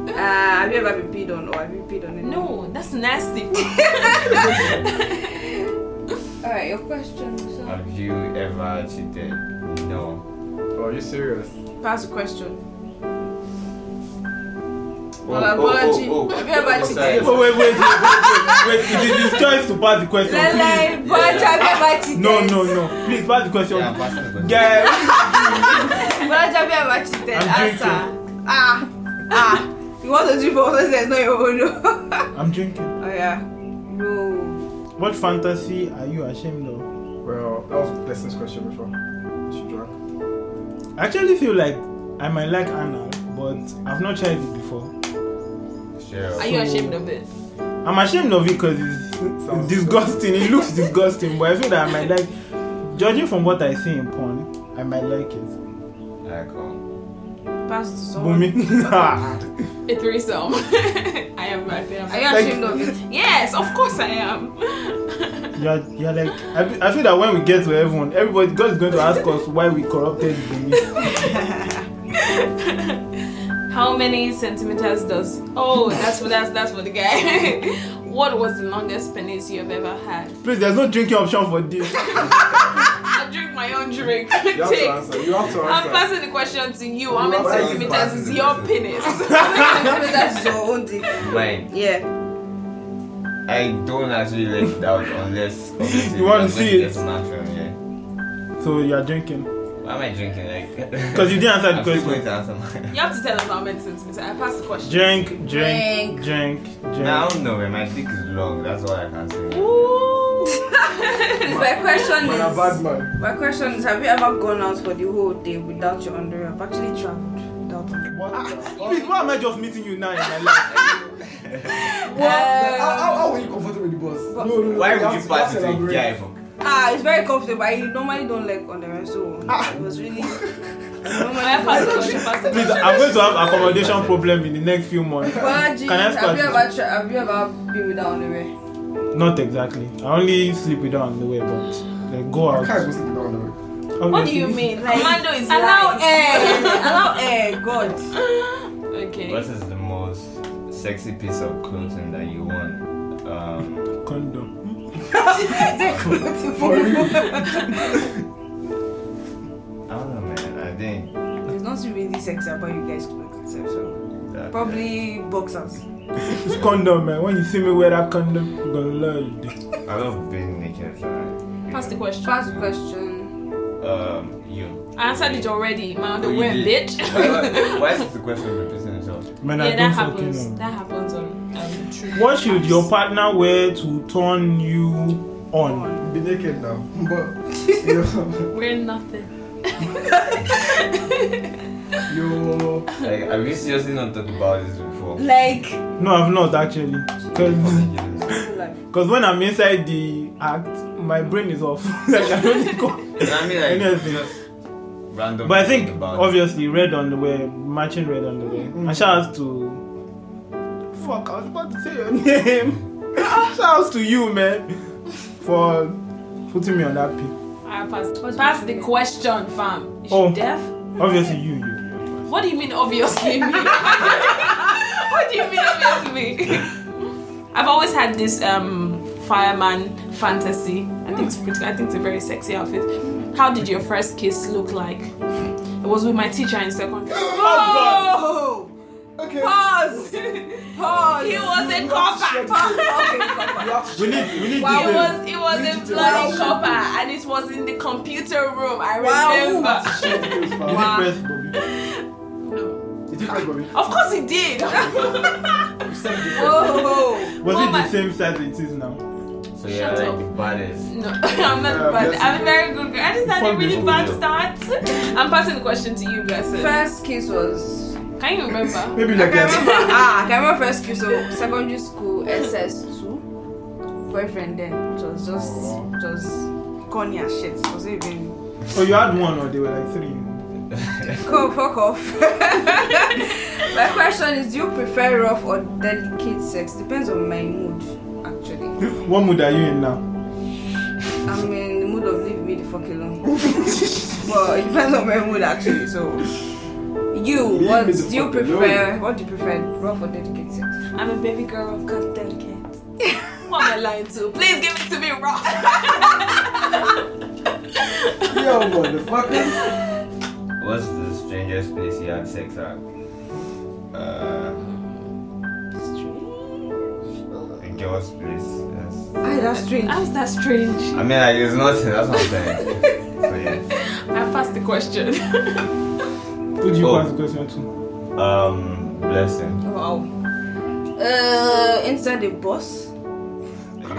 [SPEAKER 4] Uh, have you ever been peed on or have you peed on? anyone?
[SPEAKER 2] no, that's nasty.
[SPEAKER 4] All right, your question. Sir.
[SPEAKER 5] Have you ever cheated? No.
[SPEAKER 3] Oh, are you serious?
[SPEAKER 4] Pass the question. Well,
[SPEAKER 5] Oh,
[SPEAKER 4] apology.
[SPEAKER 5] oh, oh, oh.
[SPEAKER 4] Have you ever
[SPEAKER 5] Sorry.
[SPEAKER 1] Wait,
[SPEAKER 4] cheated?
[SPEAKER 1] wait, wait, wait, wait, wait. It is his choice to pass the question. Please.
[SPEAKER 4] Lele, but have you ever cheated?
[SPEAKER 1] No, no, no. Please pass the question.
[SPEAKER 5] Yeah, I'm passing the question.
[SPEAKER 1] Yeah.
[SPEAKER 4] But have you ever cheated?
[SPEAKER 1] I'm
[SPEAKER 4] Answer. Ah, ah. You want to do for others? There's no your own.
[SPEAKER 1] I'm drinking.
[SPEAKER 4] Oh yeah. No.
[SPEAKER 1] What fantasy are you ashamed of?
[SPEAKER 3] Well, that was Blessing's question before. She drank.
[SPEAKER 1] I actually feel like I might like anal, but I've not tried it before.
[SPEAKER 5] Sure.
[SPEAKER 2] Are you ashamed of it?
[SPEAKER 1] I'm ashamed of it because it's, it's
[SPEAKER 3] Sounds
[SPEAKER 1] disgusting. It looks disgusting, but I feel that I might like.
[SPEAKER 5] um,
[SPEAKER 1] Judging from what I see in porn, I might like it.
[SPEAKER 5] I come.
[SPEAKER 4] pass to someone.
[SPEAKER 1] Bumi.
[SPEAKER 2] A threesome. I am right there.
[SPEAKER 4] Are you ashamed of it?
[SPEAKER 2] Yes, of course I am.
[SPEAKER 1] you're, you're like, I, be- I feel that when we get to everyone, everybody, God is going to ask us why we corrupted Bumi.
[SPEAKER 2] How many centimeters does? Oh, that's for that's that's for the guy. what was the longest penis you have ever had?
[SPEAKER 1] Please, there's no drinking option for this.
[SPEAKER 2] I drink my own drink.
[SPEAKER 3] You have to
[SPEAKER 2] Take.
[SPEAKER 3] answer. You have to
[SPEAKER 2] I'm
[SPEAKER 3] answer.
[SPEAKER 2] passing the question to you. How many
[SPEAKER 3] Why are you
[SPEAKER 2] centimeters is
[SPEAKER 3] passing
[SPEAKER 2] your
[SPEAKER 3] the
[SPEAKER 2] penis?
[SPEAKER 4] That's your own thing.
[SPEAKER 5] Mine.
[SPEAKER 4] Yeah.
[SPEAKER 5] I don't actually let it out unless obviously
[SPEAKER 1] You wanna
[SPEAKER 5] unless
[SPEAKER 1] see
[SPEAKER 5] there's
[SPEAKER 1] it?
[SPEAKER 5] an action, yeah.
[SPEAKER 1] So you're drinking.
[SPEAKER 5] Why am I drinking like?
[SPEAKER 1] Because you didn't answer the
[SPEAKER 5] I'm still going
[SPEAKER 1] question.
[SPEAKER 5] to answer mine.
[SPEAKER 2] you have to tell us how many centimeters. I passed the question.
[SPEAKER 1] Drink, drink,
[SPEAKER 4] Drink.
[SPEAKER 1] drink, drink.
[SPEAKER 5] Nah, I don't know, man. My dick is long. That's all I can say.
[SPEAKER 2] Ooh.
[SPEAKER 4] My question
[SPEAKER 3] Man, a bad
[SPEAKER 4] is.
[SPEAKER 3] man.
[SPEAKER 4] My question is: Have you ever gone out for the whole day without your underwear? I've actually traveled without underwear.
[SPEAKER 1] Please, why am I just meeting you now in my life?
[SPEAKER 3] How, how,
[SPEAKER 4] Um,
[SPEAKER 3] how were you comfortable with the boss? No, no, no.
[SPEAKER 5] Why would
[SPEAKER 3] have
[SPEAKER 5] you
[SPEAKER 3] to-
[SPEAKER 5] pass
[SPEAKER 3] have to
[SPEAKER 5] it to a
[SPEAKER 3] elaborate.
[SPEAKER 5] guy for?
[SPEAKER 4] ah, it's very comfortable. I normally don't like underwear, so
[SPEAKER 2] Ah.
[SPEAKER 4] it was really.
[SPEAKER 2] I passed the question. Passed the
[SPEAKER 1] Please,
[SPEAKER 2] question.
[SPEAKER 1] I'm going to have accommodation problem in the next few months.
[SPEAKER 4] Well, jeans,
[SPEAKER 1] I ask
[SPEAKER 4] have you
[SPEAKER 1] what-
[SPEAKER 4] ever tra- have you ever been without underwear?
[SPEAKER 1] Not exactly. I only sleep without underwear, but like go
[SPEAKER 3] I can't
[SPEAKER 1] out.
[SPEAKER 3] go sleep without underwear.
[SPEAKER 2] What do you mean? Like, Commando is
[SPEAKER 4] Allow
[SPEAKER 2] life.
[SPEAKER 4] air, allow air, God.
[SPEAKER 2] Okay.
[SPEAKER 5] What is the most sexy piece of clothing that you want? Um,
[SPEAKER 1] Condom.
[SPEAKER 3] For real.
[SPEAKER 5] I don't know, man. I think
[SPEAKER 4] There's nothing really sexy about you guys' clothes except so.
[SPEAKER 5] that
[SPEAKER 4] Probably boxers.
[SPEAKER 1] It's condom, man. When you see me wear that condom, you gonna love it.
[SPEAKER 5] I love being naked. Right?
[SPEAKER 2] Pass the question.
[SPEAKER 4] First question.
[SPEAKER 5] Um, you.
[SPEAKER 2] I answered it already. My
[SPEAKER 5] Oh, you
[SPEAKER 2] underwear,
[SPEAKER 5] did.
[SPEAKER 2] bitch.
[SPEAKER 5] Why- Why is the question repeating itself?
[SPEAKER 1] Man, I
[SPEAKER 2] yeah, that
[SPEAKER 1] don't fucking
[SPEAKER 2] happens.
[SPEAKER 1] know.
[SPEAKER 2] That happens on um, true.
[SPEAKER 1] What should your partner wear to turn you on?
[SPEAKER 3] Be naked now. But yo,
[SPEAKER 2] We're nothing.
[SPEAKER 3] yo,
[SPEAKER 5] Like, have we seriously not talked about this before?
[SPEAKER 4] Like
[SPEAKER 1] No, I've not actually. Because
[SPEAKER 4] life.
[SPEAKER 1] when I'm inside the act, my brain is off. like, I don't think of-
[SPEAKER 5] I mean, like,
[SPEAKER 1] Anything.
[SPEAKER 5] just random.
[SPEAKER 1] But I think
[SPEAKER 5] about it. Mm.
[SPEAKER 1] obviously red underwear, matching red underwear. And shout out to Fuck, I was about to say your name. shout out to you man for putting me on that pick.
[SPEAKER 2] I passed. Pass the question, fam. Is she
[SPEAKER 1] Oh.
[SPEAKER 2] deaf?
[SPEAKER 1] Obviously you, you.
[SPEAKER 2] What do you mean, obviously me? what do you mean, obviously me? I've always had this um fireman fantasy. I think it's pretty. I think it's a very sexy outfit. How did your first kiss look like? It was with my teacher in secondary.
[SPEAKER 4] Oh!
[SPEAKER 3] okay.
[SPEAKER 4] Pause! Pause!
[SPEAKER 2] He was a
[SPEAKER 3] Check
[SPEAKER 2] copper.
[SPEAKER 4] Okay,
[SPEAKER 3] this. You
[SPEAKER 4] Papa.
[SPEAKER 3] have to
[SPEAKER 1] We
[SPEAKER 3] check
[SPEAKER 1] need we need
[SPEAKER 4] Wow.
[SPEAKER 2] It
[SPEAKER 1] details.
[SPEAKER 2] was it was a
[SPEAKER 3] Wow.
[SPEAKER 2] bloody copper and it was in the computer room. I
[SPEAKER 4] Wow.
[SPEAKER 2] remember.
[SPEAKER 3] this,
[SPEAKER 1] You need
[SPEAKER 3] man.
[SPEAKER 1] press, Bobby.
[SPEAKER 2] No.
[SPEAKER 3] Did you guys go in?
[SPEAKER 2] Of course he did.
[SPEAKER 4] Oh!
[SPEAKER 1] Was it
[SPEAKER 2] Mama.
[SPEAKER 1] the same size it is now?
[SPEAKER 5] So yeah,
[SPEAKER 2] Shut
[SPEAKER 5] like
[SPEAKER 2] up.
[SPEAKER 5] the baddest.
[SPEAKER 2] No, I'm not
[SPEAKER 3] Yeah,
[SPEAKER 2] bad.
[SPEAKER 3] bless
[SPEAKER 2] I'm a
[SPEAKER 3] you.
[SPEAKER 2] very good girl. I just had a
[SPEAKER 1] Fuck
[SPEAKER 2] really
[SPEAKER 1] this
[SPEAKER 2] bad
[SPEAKER 5] video.
[SPEAKER 2] start. I'm passing the question to you, Blessed.
[SPEAKER 4] First kiss was.
[SPEAKER 2] Can you remember?
[SPEAKER 1] Maybe
[SPEAKER 4] I
[SPEAKER 1] like
[SPEAKER 4] can remember.
[SPEAKER 1] a
[SPEAKER 4] ah, I can remember first kiss. So secondary school, SS2, boyfriend then. It was just, it was corny as shit. It was even.
[SPEAKER 1] Oh you had one or they were like three.
[SPEAKER 4] Go fuck off. my question is: Do you prefer rough or delicate sex? Depends on my mood, actually.
[SPEAKER 1] What mood are you in now?
[SPEAKER 4] I'm in the mood of leave me the fuck alone. well, it depends on my mood, actually. So, you,
[SPEAKER 3] Leave
[SPEAKER 4] what
[SPEAKER 3] me the
[SPEAKER 4] do you
[SPEAKER 3] fuck
[SPEAKER 4] prefer? What do you prefer, rough or delicate sex?
[SPEAKER 2] I'm a baby girl of course delicate. What am I lying to? Please give it to me raw.
[SPEAKER 3] Yo, motherfuckers.
[SPEAKER 5] What's the strangest place you had sex at? Uh, a girl's place. Yes.
[SPEAKER 4] Ah, that's strange.
[SPEAKER 2] How's that strange?
[SPEAKER 5] I mean, like it's nothing. That's what I'm saying. so yeah.
[SPEAKER 2] I passed the question.
[SPEAKER 1] Who do you
[SPEAKER 5] Oh.
[SPEAKER 1] pass the question to?
[SPEAKER 5] Um, blessing.
[SPEAKER 4] Wow. Uh, inside the bus.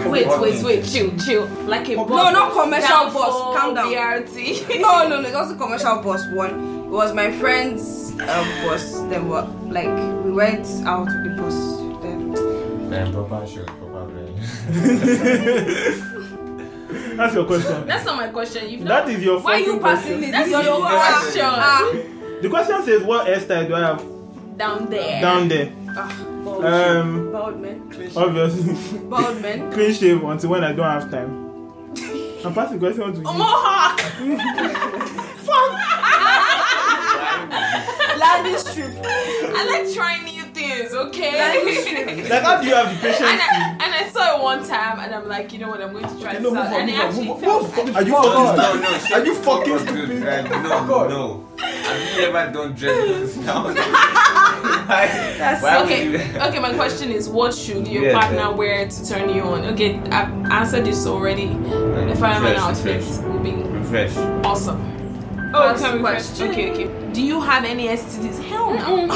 [SPEAKER 2] wait, wait, wait, chill, chill. Like a boss.
[SPEAKER 4] No, not commercial bus.
[SPEAKER 2] Down for
[SPEAKER 4] Calm down.
[SPEAKER 2] BRT.
[SPEAKER 4] no, no, no, it was a commercial bus one. It was my friend's uh, bus. They were like, we went out with the bus. Then
[SPEAKER 5] Man, proper shoes, proper brain.
[SPEAKER 1] That's your question.
[SPEAKER 2] That's not my question. You've
[SPEAKER 1] That
[SPEAKER 2] not.
[SPEAKER 1] is your
[SPEAKER 4] why are you
[SPEAKER 1] fucking
[SPEAKER 4] passing
[SPEAKER 1] question.
[SPEAKER 4] it?
[SPEAKER 2] That's
[SPEAKER 4] You're
[SPEAKER 2] your
[SPEAKER 4] the one.
[SPEAKER 2] question.
[SPEAKER 4] Ah,
[SPEAKER 1] The question says, what hairstyle do I have
[SPEAKER 2] Down there.
[SPEAKER 1] down there?
[SPEAKER 4] Ah, bald.
[SPEAKER 1] Um,
[SPEAKER 4] bald men.
[SPEAKER 1] obviously,
[SPEAKER 4] Bald men.
[SPEAKER 1] clean shave until when I don't have time. I'm passing the question to
[SPEAKER 2] A
[SPEAKER 1] you.
[SPEAKER 2] mohawk.
[SPEAKER 4] Landing strip.
[SPEAKER 2] I like trying new things,
[SPEAKER 4] That
[SPEAKER 2] okay?
[SPEAKER 4] is true.
[SPEAKER 1] Like, how do you have the
[SPEAKER 2] And
[SPEAKER 1] patience?
[SPEAKER 2] I, and I saw it one time, and I'm like, you know what, I'm going to try
[SPEAKER 3] Okay,
[SPEAKER 2] this
[SPEAKER 3] no, move
[SPEAKER 2] out.
[SPEAKER 3] on,
[SPEAKER 2] And it
[SPEAKER 3] move on,
[SPEAKER 2] actually
[SPEAKER 3] move on.
[SPEAKER 2] felt
[SPEAKER 3] Move on.
[SPEAKER 1] Are you
[SPEAKER 5] No,
[SPEAKER 1] fucking
[SPEAKER 5] no, no.
[SPEAKER 3] Oh, Are you fucking
[SPEAKER 5] Fuck you,
[SPEAKER 3] stupid?
[SPEAKER 5] Like,
[SPEAKER 3] Fuck off.
[SPEAKER 5] no, no. Have you ever done dreadlocks now? Why?
[SPEAKER 4] That's
[SPEAKER 5] Why would
[SPEAKER 2] okay.
[SPEAKER 5] you?
[SPEAKER 2] Okay, my question is, what should your
[SPEAKER 5] Yeah,
[SPEAKER 2] partner
[SPEAKER 5] yeah.
[SPEAKER 2] wear to turn you on? Okay, I've answered this already. The fireman
[SPEAKER 5] Refresh,
[SPEAKER 2] outfit
[SPEAKER 5] refresh.
[SPEAKER 2] will be
[SPEAKER 5] Refresh.
[SPEAKER 2] awesome.
[SPEAKER 4] Oh,
[SPEAKER 2] First
[SPEAKER 4] can we
[SPEAKER 2] question.
[SPEAKER 4] refresh?
[SPEAKER 2] Okay, okay. Do you have any STDs? Hell no.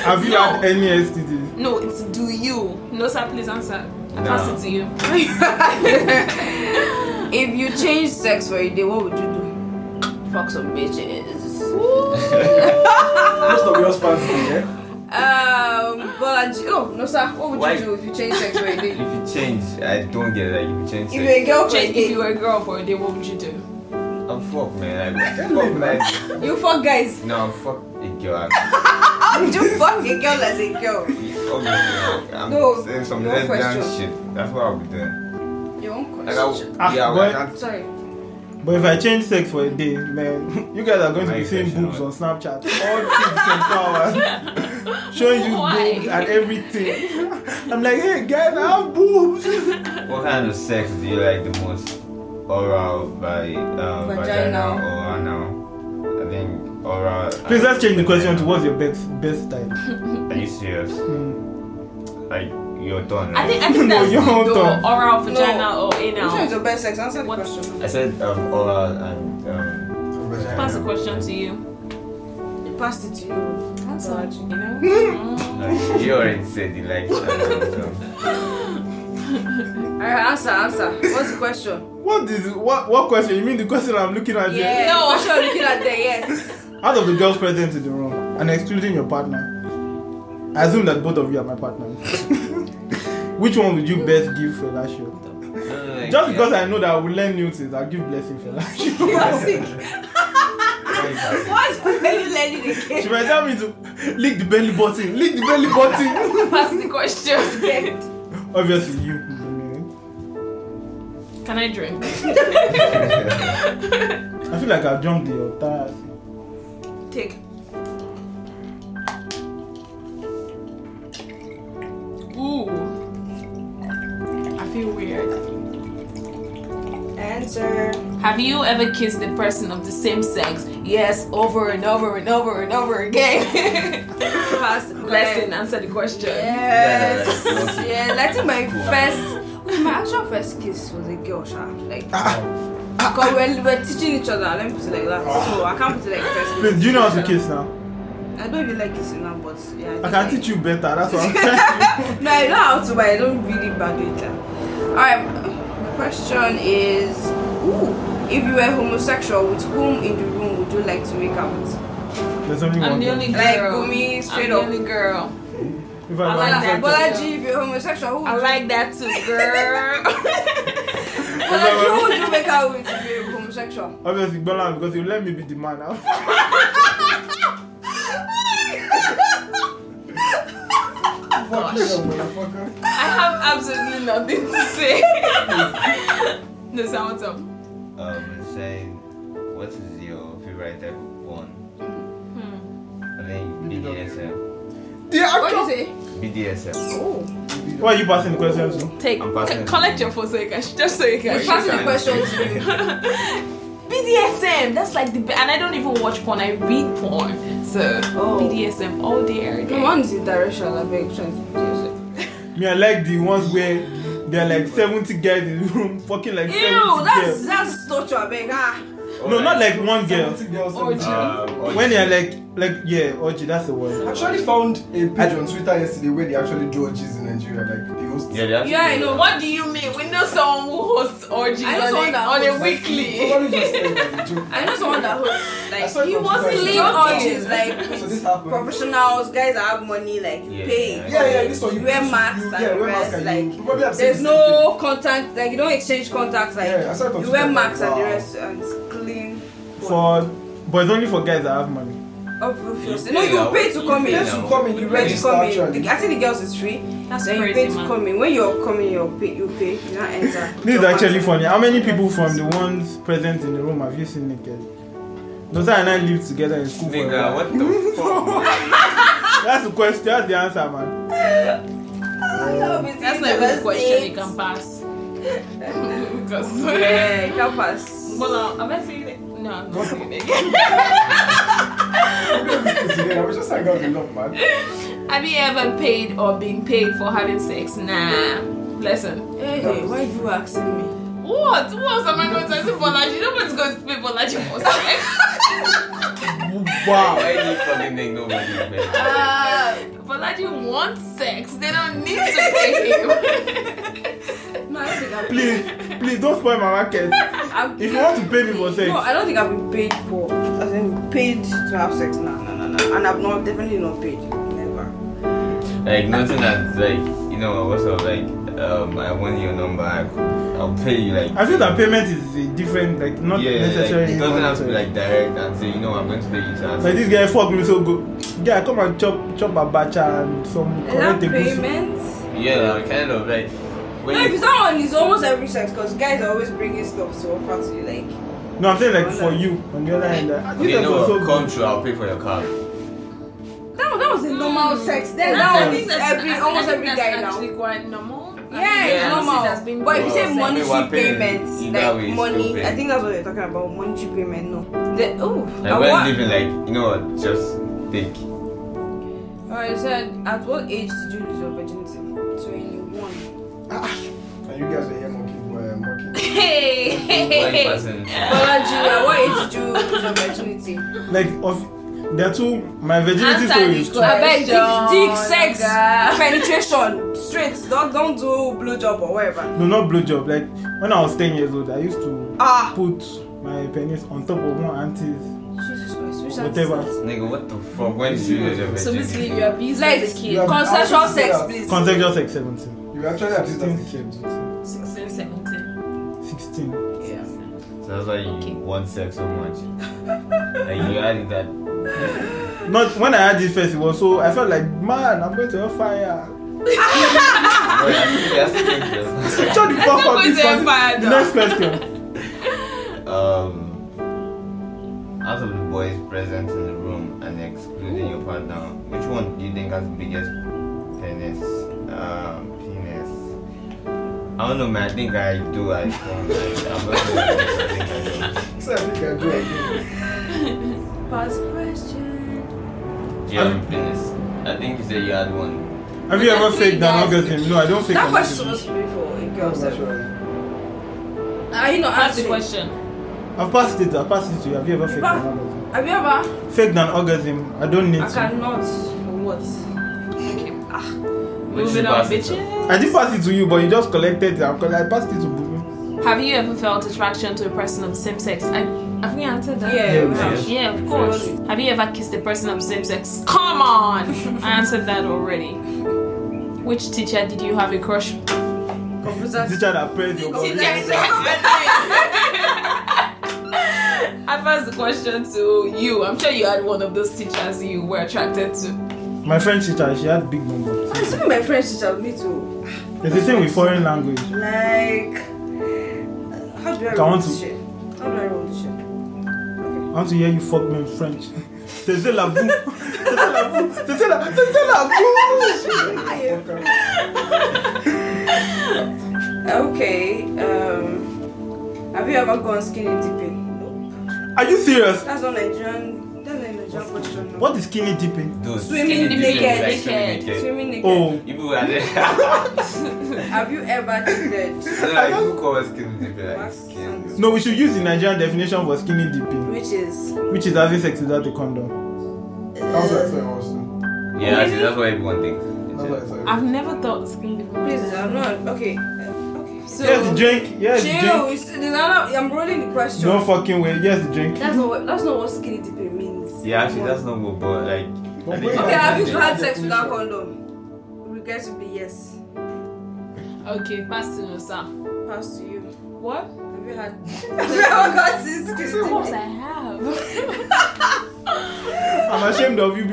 [SPEAKER 1] Have you
[SPEAKER 2] no.
[SPEAKER 1] had any STDs?
[SPEAKER 2] No, it's do you. No, sir, please answer. I
[SPEAKER 5] No.
[SPEAKER 2] pass it to you.
[SPEAKER 4] if you change sex for a day, what would you do? Fuck some bitches.
[SPEAKER 3] Most of yours fans do, eh?
[SPEAKER 4] Um, but oh no, sir. What would
[SPEAKER 5] Why?
[SPEAKER 4] you do if you change sex for a
[SPEAKER 5] If
[SPEAKER 4] day?
[SPEAKER 5] you change, I don't get that. If you change,
[SPEAKER 4] if you're a girl for a
[SPEAKER 2] Jade, if
[SPEAKER 4] day,
[SPEAKER 2] you were a girl for a day, what would you do?
[SPEAKER 5] I'm fucked, man. I fuck, man.
[SPEAKER 4] you fuck guys.
[SPEAKER 5] No, I'm fucked. A girl. I'm-
[SPEAKER 4] How would you fuck a girl as a girl?
[SPEAKER 5] Obviously, I'm
[SPEAKER 4] No,
[SPEAKER 5] saying some
[SPEAKER 4] no
[SPEAKER 5] lesbian
[SPEAKER 4] question.
[SPEAKER 5] shit. That's what I'll be doing.
[SPEAKER 4] Your own
[SPEAKER 5] Like, I,
[SPEAKER 4] question.
[SPEAKER 5] w-
[SPEAKER 1] Ah,
[SPEAKER 5] yeah,
[SPEAKER 1] but-
[SPEAKER 5] I can't.
[SPEAKER 4] Sorry.
[SPEAKER 1] But if I change sex for a day, man, you guys are going to be
[SPEAKER 5] Why you
[SPEAKER 1] seeing
[SPEAKER 5] freshen
[SPEAKER 1] boobs on
[SPEAKER 5] up?
[SPEAKER 1] Snapchat all through 24 hours, showing you
[SPEAKER 2] Why?
[SPEAKER 1] boobs and everything. I'm like, hey guys, I have boobs.
[SPEAKER 5] What kind of sex do you like the most? Oral by
[SPEAKER 4] Vaginal.
[SPEAKER 5] um, vaginal or anal? I think oral.
[SPEAKER 1] Please
[SPEAKER 5] and
[SPEAKER 1] let's change the question to
[SPEAKER 5] vaginal.
[SPEAKER 1] what's your best best time.
[SPEAKER 5] Are you serious? Like you're done. Right?
[SPEAKER 2] I think I think
[SPEAKER 1] No,
[SPEAKER 2] that's
[SPEAKER 1] you don't
[SPEAKER 2] either
[SPEAKER 1] talk.
[SPEAKER 2] oral, vagina, or anal.
[SPEAKER 4] Which one is your best sex? Answer the
[SPEAKER 2] What-
[SPEAKER 4] question.
[SPEAKER 5] I said um, oral and um.
[SPEAKER 2] Pass the question to you.
[SPEAKER 4] You passed it to you.
[SPEAKER 2] Answer.
[SPEAKER 4] But, you know.
[SPEAKER 5] Like, you already said you like. anal, so.
[SPEAKER 4] Alright, answer, answer. What's the question?
[SPEAKER 1] What is what what question? You mean the question I'm looking at here?
[SPEAKER 4] No,
[SPEAKER 2] No.
[SPEAKER 4] I'm sure looking at there, yes.
[SPEAKER 1] Out of the girls present in the room and excluding your partner, I assume that both of you are my partners. Which one would you best give for that show?
[SPEAKER 5] No, no, like,
[SPEAKER 1] Just because
[SPEAKER 5] yeah.
[SPEAKER 1] I know that I will learn new things, I'll give blessing for that show.
[SPEAKER 4] You are sick.
[SPEAKER 5] I.
[SPEAKER 4] Why is my belly learning
[SPEAKER 1] She
[SPEAKER 4] again?
[SPEAKER 1] might tell me to lick the belly button, lick the belly button.
[SPEAKER 2] Pass the question.
[SPEAKER 1] Obviously, you.
[SPEAKER 2] Can I drink?
[SPEAKER 1] I feel like I've jumped the altar.
[SPEAKER 2] Take. Ooh. I feel weird.
[SPEAKER 4] Answer.
[SPEAKER 2] Have you ever kissed a person of the same sex? Yes, over and over and over and over again.
[SPEAKER 4] Pass.
[SPEAKER 2] Lesson, answer the question.
[SPEAKER 4] Yes.
[SPEAKER 5] Yeah, yeah, yeah.
[SPEAKER 4] Yeah, I think my first, my actual first kiss was a girl, sha. Like,
[SPEAKER 1] Ah.
[SPEAKER 4] because we're, we're teaching each other. Let me put it like that. So I can't put it like first.
[SPEAKER 1] Please,
[SPEAKER 4] kiss.
[SPEAKER 1] do you know how to kiss now?
[SPEAKER 4] I don't really like kissing now, but yeah.
[SPEAKER 1] I can teach you better. That's what I'm saying.
[SPEAKER 4] No, I know how to, but I don't really bad with them. Alright, my question is ooh, if you were homosexual, with whom in the room would you like to make out?
[SPEAKER 1] There's only one.
[SPEAKER 2] I'm the
[SPEAKER 1] girl.
[SPEAKER 2] only girl.
[SPEAKER 4] Like, Gumi, straight
[SPEAKER 2] I'm
[SPEAKER 4] up.
[SPEAKER 2] the only girl.
[SPEAKER 1] If I
[SPEAKER 2] I
[SPEAKER 1] were
[SPEAKER 2] like
[SPEAKER 1] homosexual-
[SPEAKER 2] that.
[SPEAKER 4] Bolaji, if you're homosexual, who
[SPEAKER 2] I
[SPEAKER 4] would, like,
[SPEAKER 2] like that too, girl.
[SPEAKER 4] Bolaji, who would you make out with if you're homosexual?
[SPEAKER 1] Obviously, Bola, because you let me be the man now.
[SPEAKER 3] motherfucker.
[SPEAKER 2] I have absolutely nothing to say. no, sir, what's up?
[SPEAKER 5] Um, saying what is your favorite type of one?
[SPEAKER 2] Hmm.
[SPEAKER 5] I think BDSM.
[SPEAKER 4] What do you say?
[SPEAKER 5] BDSM.
[SPEAKER 4] Oh.
[SPEAKER 1] Why are you passing the questions? to?
[SPEAKER 2] Take,
[SPEAKER 5] I'm passing
[SPEAKER 2] c-
[SPEAKER 5] it.
[SPEAKER 2] collect your phone so you can, just so you can.
[SPEAKER 4] Let's pass
[SPEAKER 5] should
[SPEAKER 4] the
[SPEAKER 5] I-
[SPEAKER 4] question to you.
[SPEAKER 2] BDSM, that's like the, be- and I don't even watch porn, I read porn. So,
[SPEAKER 4] Oh.
[SPEAKER 2] BDSM all day, every day.
[SPEAKER 4] The one is interracial, I beg. try to
[SPEAKER 1] Me, I like the ones where there are like 70 guys in the room, fucking like
[SPEAKER 4] do
[SPEAKER 1] 70
[SPEAKER 4] it. Ew, that's
[SPEAKER 1] girls.
[SPEAKER 4] that's torture, I beg. Ah.
[SPEAKER 1] No, not like one girl.
[SPEAKER 4] Oh,
[SPEAKER 2] Orgy.
[SPEAKER 5] Um,
[SPEAKER 1] When
[SPEAKER 5] orgy.
[SPEAKER 1] they're like, like, yeah, Oji, that's the word.
[SPEAKER 3] I actually found a page on Twitter yesterday where they actually do orgies in Nigeria. Like, they host.
[SPEAKER 5] Yeah, they have to
[SPEAKER 4] Yeah, I
[SPEAKER 5] do
[SPEAKER 4] know.
[SPEAKER 5] that.
[SPEAKER 2] what do you mean? We know someone who hosts orgies
[SPEAKER 4] I know someone
[SPEAKER 2] on a,
[SPEAKER 4] that
[SPEAKER 2] on a
[SPEAKER 4] hosts-
[SPEAKER 2] weekly.
[SPEAKER 3] Somebody just said that as a joke.
[SPEAKER 4] I know someone that hosts like
[SPEAKER 3] saw it
[SPEAKER 2] he
[SPEAKER 3] on
[SPEAKER 2] was
[SPEAKER 3] Twitter.
[SPEAKER 4] clean
[SPEAKER 2] Joking.
[SPEAKER 4] orgies, like
[SPEAKER 3] So this happened.
[SPEAKER 4] professionals, guys that have money, like
[SPEAKER 5] Yeah,
[SPEAKER 4] pay.
[SPEAKER 5] yeah,
[SPEAKER 3] Yeah, yeah, this one. You
[SPEAKER 4] wear
[SPEAKER 3] you-
[SPEAKER 4] masks
[SPEAKER 3] you-
[SPEAKER 4] and
[SPEAKER 3] yeah, wear
[SPEAKER 4] rest,
[SPEAKER 3] masks and
[SPEAKER 4] like,
[SPEAKER 3] you- probably have
[SPEAKER 4] There's
[SPEAKER 3] sex
[SPEAKER 4] no contact, like you don't exchange contacts, like
[SPEAKER 3] Yeah, I saw it on
[SPEAKER 4] you wear
[SPEAKER 3] Twitter,
[SPEAKER 4] masks and the
[SPEAKER 3] wow.
[SPEAKER 4] rest and it's clean.
[SPEAKER 1] For, but it's only for guys that have money.
[SPEAKER 3] with
[SPEAKER 4] obviously.
[SPEAKER 5] You
[SPEAKER 4] No,
[SPEAKER 5] pay
[SPEAKER 4] you
[SPEAKER 5] now.
[SPEAKER 4] pay to
[SPEAKER 5] You
[SPEAKER 4] come
[SPEAKER 5] pay
[SPEAKER 4] in.
[SPEAKER 5] now.
[SPEAKER 3] You come in,
[SPEAKER 4] You
[SPEAKER 3] you
[SPEAKER 4] pay to
[SPEAKER 3] register
[SPEAKER 4] come in.
[SPEAKER 3] actually.
[SPEAKER 4] The- I think the girls is free.
[SPEAKER 2] That's
[SPEAKER 4] then you
[SPEAKER 2] crazy,
[SPEAKER 4] pay to
[SPEAKER 2] man.
[SPEAKER 4] come in. When you're coming, you're pay. You pay. You don't enter.
[SPEAKER 1] This is
[SPEAKER 4] Don't
[SPEAKER 1] actually
[SPEAKER 4] enter.
[SPEAKER 1] funny. How many people from the ones present in the room have you seen naked? Dosa and I lived together in school. for a
[SPEAKER 5] Nigga,
[SPEAKER 1] while.
[SPEAKER 5] what the fuck?
[SPEAKER 1] That's the question. That's the answer, man.
[SPEAKER 2] That's not even a question you can pass. Because.
[SPEAKER 4] Yeah, you can pass.
[SPEAKER 2] Well, am I saying it? No, I'm not saying it again.
[SPEAKER 3] I was just like, I got enough, man.
[SPEAKER 2] Have you ever paid or been paid for having sex? Nah. Listen.
[SPEAKER 4] Hey, hey, why you asking me?
[SPEAKER 2] What? What am I going to say for Bolaji? Nobody's going to pay Bolaji for sex.
[SPEAKER 1] Wow.
[SPEAKER 5] Why you fucking make nobody pay?
[SPEAKER 2] Bolaji wants sex. They don't need to pay him.
[SPEAKER 4] No, I don't think I've
[SPEAKER 1] Please, please don't spoil my market.
[SPEAKER 4] I've
[SPEAKER 1] If you want to pay me for sex,
[SPEAKER 4] No, I don't think I've been paid for. As in paid to have sex. No, no, no, no. And I've not definitely not paid. Never.
[SPEAKER 5] Like nothing that's like you know what's up like um I want your number I, I'll pay you like
[SPEAKER 1] I feel that payment is a different, like not
[SPEAKER 5] yeah like,
[SPEAKER 1] necessarily.
[SPEAKER 5] it doesn't have to be
[SPEAKER 1] monetary.
[SPEAKER 5] like direct and say you know I'm going to pay you to ask
[SPEAKER 1] Like this guy fucked me so good. Guy, come and chop chop my bacha and some
[SPEAKER 4] Is that
[SPEAKER 1] correct egusi.
[SPEAKER 4] payment?
[SPEAKER 5] yeah like, kind of like when
[SPEAKER 4] No, if
[SPEAKER 5] you,
[SPEAKER 4] it's not on, it's almost every sex because guys are always bringing stuff to offer to you. Like,
[SPEAKER 1] No, I'm saying like for you on the other hand. uh, This
[SPEAKER 5] okay
[SPEAKER 1] guy was so
[SPEAKER 5] no come
[SPEAKER 1] good.
[SPEAKER 5] through I'll pay for your car
[SPEAKER 4] that, was- that was a normal sex then.
[SPEAKER 2] Mm. I
[SPEAKER 4] That
[SPEAKER 2] think
[SPEAKER 4] was
[SPEAKER 2] that's-
[SPEAKER 4] every,
[SPEAKER 2] I think
[SPEAKER 4] almost
[SPEAKER 2] that's
[SPEAKER 4] every guy now.
[SPEAKER 2] actually quite normal. I
[SPEAKER 4] Yeah, it's
[SPEAKER 2] think
[SPEAKER 5] Yeah.
[SPEAKER 2] I don't see
[SPEAKER 4] normal.
[SPEAKER 2] that's being
[SPEAKER 4] But if you
[SPEAKER 5] Well,
[SPEAKER 4] say
[SPEAKER 5] something
[SPEAKER 4] monetary
[SPEAKER 5] we're paying,
[SPEAKER 4] payments,
[SPEAKER 5] either way,
[SPEAKER 4] like
[SPEAKER 5] it's still
[SPEAKER 4] money,
[SPEAKER 5] paying.
[SPEAKER 4] I think that's what you're talking about. Monetary payment, no. The, oh,
[SPEAKER 5] like when living like you know what just take
[SPEAKER 4] Alright, so at what age did you lose your virginity? 21.
[SPEAKER 3] Ah. And you guys are here mocking, uh, mocking.
[SPEAKER 2] Hey, hey,
[SPEAKER 5] one
[SPEAKER 2] hey, hey.
[SPEAKER 5] person
[SPEAKER 4] But at uh, what age did you lose your virginity?
[SPEAKER 1] Like of there are two my virginity story is two.
[SPEAKER 4] I beg dick, dick,
[SPEAKER 2] Question,
[SPEAKER 4] sex,
[SPEAKER 2] guys.
[SPEAKER 4] penetration, straight. Don't don't do blowjob or whatever.
[SPEAKER 1] No, not blowjob. Like when I was ten years old, I used to
[SPEAKER 4] Ah,
[SPEAKER 1] put my penis on top of one auntie's
[SPEAKER 4] Jesus Christ, which one is
[SPEAKER 1] whatever.
[SPEAKER 4] that?
[SPEAKER 5] nigga what the fuck when did you lose your
[SPEAKER 2] So basically,
[SPEAKER 5] virginity
[SPEAKER 2] you abuse
[SPEAKER 4] Like
[SPEAKER 2] the kid.
[SPEAKER 3] Yeah.
[SPEAKER 4] consensual
[SPEAKER 3] I'll just say
[SPEAKER 4] sex,
[SPEAKER 3] that.
[SPEAKER 4] please.
[SPEAKER 1] Consensual sex seventeen.
[SPEAKER 3] You actually have to
[SPEAKER 1] Sixteen,
[SPEAKER 3] tell
[SPEAKER 1] seventeen,
[SPEAKER 2] 16, 17.
[SPEAKER 1] sixteen.
[SPEAKER 4] Yeah.
[SPEAKER 5] so that's why you want sex so much like you added that
[SPEAKER 1] Not when I had this first, it was so I felt like man, I'm going to have fire.
[SPEAKER 5] Bro, that's, that's dangerous.
[SPEAKER 1] Shut the
[SPEAKER 2] not
[SPEAKER 1] fuck up.
[SPEAKER 2] going
[SPEAKER 1] This
[SPEAKER 2] to
[SPEAKER 1] one.
[SPEAKER 2] empire, though.
[SPEAKER 1] Next question.
[SPEAKER 5] Um, out of the boys present in the room and excluding your partner, which one do you think has the biggest penis? Um, penis. I don't know, man. I think I do. I don't. Like, I'm not sure. I think I
[SPEAKER 3] So I think I do again.
[SPEAKER 4] Past question.
[SPEAKER 5] do. Do you have a penis? I think you said you had one.
[SPEAKER 1] Have you ever faked an orgasm? No, I don't fake
[SPEAKER 4] That
[SPEAKER 1] an
[SPEAKER 4] question
[SPEAKER 1] orgasm.
[SPEAKER 4] was before a
[SPEAKER 3] I'm
[SPEAKER 4] girl
[SPEAKER 3] not
[SPEAKER 4] said.
[SPEAKER 3] sure.
[SPEAKER 4] Are you not
[SPEAKER 2] Ask
[SPEAKER 4] answering?
[SPEAKER 2] the question.
[SPEAKER 1] I've passed it. I passed it to you. Have you ever
[SPEAKER 4] You
[SPEAKER 1] faked
[SPEAKER 4] passed-
[SPEAKER 1] an orgasm?
[SPEAKER 4] Have you ever?
[SPEAKER 1] Faked an orgasm. I don't need
[SPEAKER 4] I
[SPEAKER 1] to.
[SPEAKER 4] cannot. For what?
[SPEAKER 2] Okay.
[SPEAKER 5] Which
[SPEAKER 2] Moving
[SPEAKER 5] you
[SPEAKER 2] on,
[SPEAKER 5] pass it to.
[SPEAKER 2] bitches.
[SPEAKER 1] I did pass it to you, but you just collected it. I coll- I passed it to Bumi.
[SPEAKER 2] Have you ever felt attraction to a person of same sex? I, have we answered that?
[SPEAKER 4] Yeah,
[SPEAKER 1] Yeah,
[SPEAKER 4] we have.
[SPEAKER 1] yes.
[SPEAKER 2] Yeah, of course. Have you ever kissed a person of same sex? Come on! I answered that already. Which teacher did you have a crush on?
[SPEAKER 4] Computer.
[SPEAKER 1] Teacher that praised your
[SPEAKER 4] Teacher.
[SPEAKER 1] body.
[SPEAKER 2] I passed the question to you. I'm sure you had one of those teachers you were attracted to.
[SPEAKER 1] My French teacher, she had big numbers.
[SPEAKER 4] It's even my French teacher, me too.
[SPEAKER 1] It's the same with foreign language.
[SPEAKER 4] Like, uh, how do I
[SPEAKER 1] Go on
[SPEAKER 4] roll this
[SPEAKER 1] to-
[SPEAKER 4] shit? How do I roll this shit?
[SPEAKER 1] I want to hear you fuck me in French. C'est c'est la boue. C'est c'est la boue. C'est c'est la, c'est c'est la boue.
[SPEAKER 4] Okay. Um, have you ever gone skinny dipping? Nope.
[SPEAKER 1] Are you serious?
[SPEAKER 4] That's not Nigerian. That's not Nigerian question. No.
[SPEAKER 1] What is skinny dipping?
[SPEAKER 5] Those
[SPEAKER 4] Swimming
[SPEAKER 5] skinny
[SPEAKER 4] naked,
[SPEAKER 5] dudes, like,
[SPEAKER 4] naked,
[SPEAKER 5] swimming naked.
[SPEAKER 4] Swimming naked.
[SPEAKER 1] Oh,
[SPEAKER 5] People are there.
[SPEAKER 4] Have you ever cheated?
[SPEAKER 5] like, who calls skinny dipping like
[SPEAKER 4] Max
[SPEAKER 5] skinny?
[SPEAKER 1] um, no, we should use the Nigerian definition for skinny dipping,
[SPEAKER 4] Which is.
[SPEAKER 1] which is having sex without a condom.
[SPEAKER 3] That's what I said also.
[SPEAKER 5] Yeah, actually, that's what everyone thinks.
[SPEAKER 3] That's what I said.
[SPEAKER 2] I've never thought skin
[SPEAKER 4] uh, Please, I'm not. Okay. uh, Okay. So,
[SPEAKER 1] Yes, drink. Yes,
[SPEAKER 4] chill.
[SPEAKER 1] drink.
[SPEAKER 4] It's, there's another, I'm rolling the question.
[SPEAKER 1] No fucking way. Yes, drink.
[SPEAKER 4] that's not what. That's not what skinny dipping means.
[SPEAKER 5] Yeah, actually, that's not good, but like. I
[SPEAKER 3] But
[SPEAKER 5] think-
[SPEAKER 3] wait,
[SPEAKER 4] Okay. Have you had
[SPEAKER 3] Definition.
[SPEAKER 4] sex without condom? Regrets would be yes.
[SPEAKER 2] Okay, pass to Nosa.
[SPEAKER 4] Pass to you.
[SPEAKER 2] What?
[SPEAKER 4] Have you had? Have you ever got skinny
[SPEAKER 2] Of course
[SPEAKER 4] dipping?
[SPEAKER 2] I
[SPEAKER 1] And
[SPEAKER 2] have.
[SPEAKER 1] I'm ashamed of you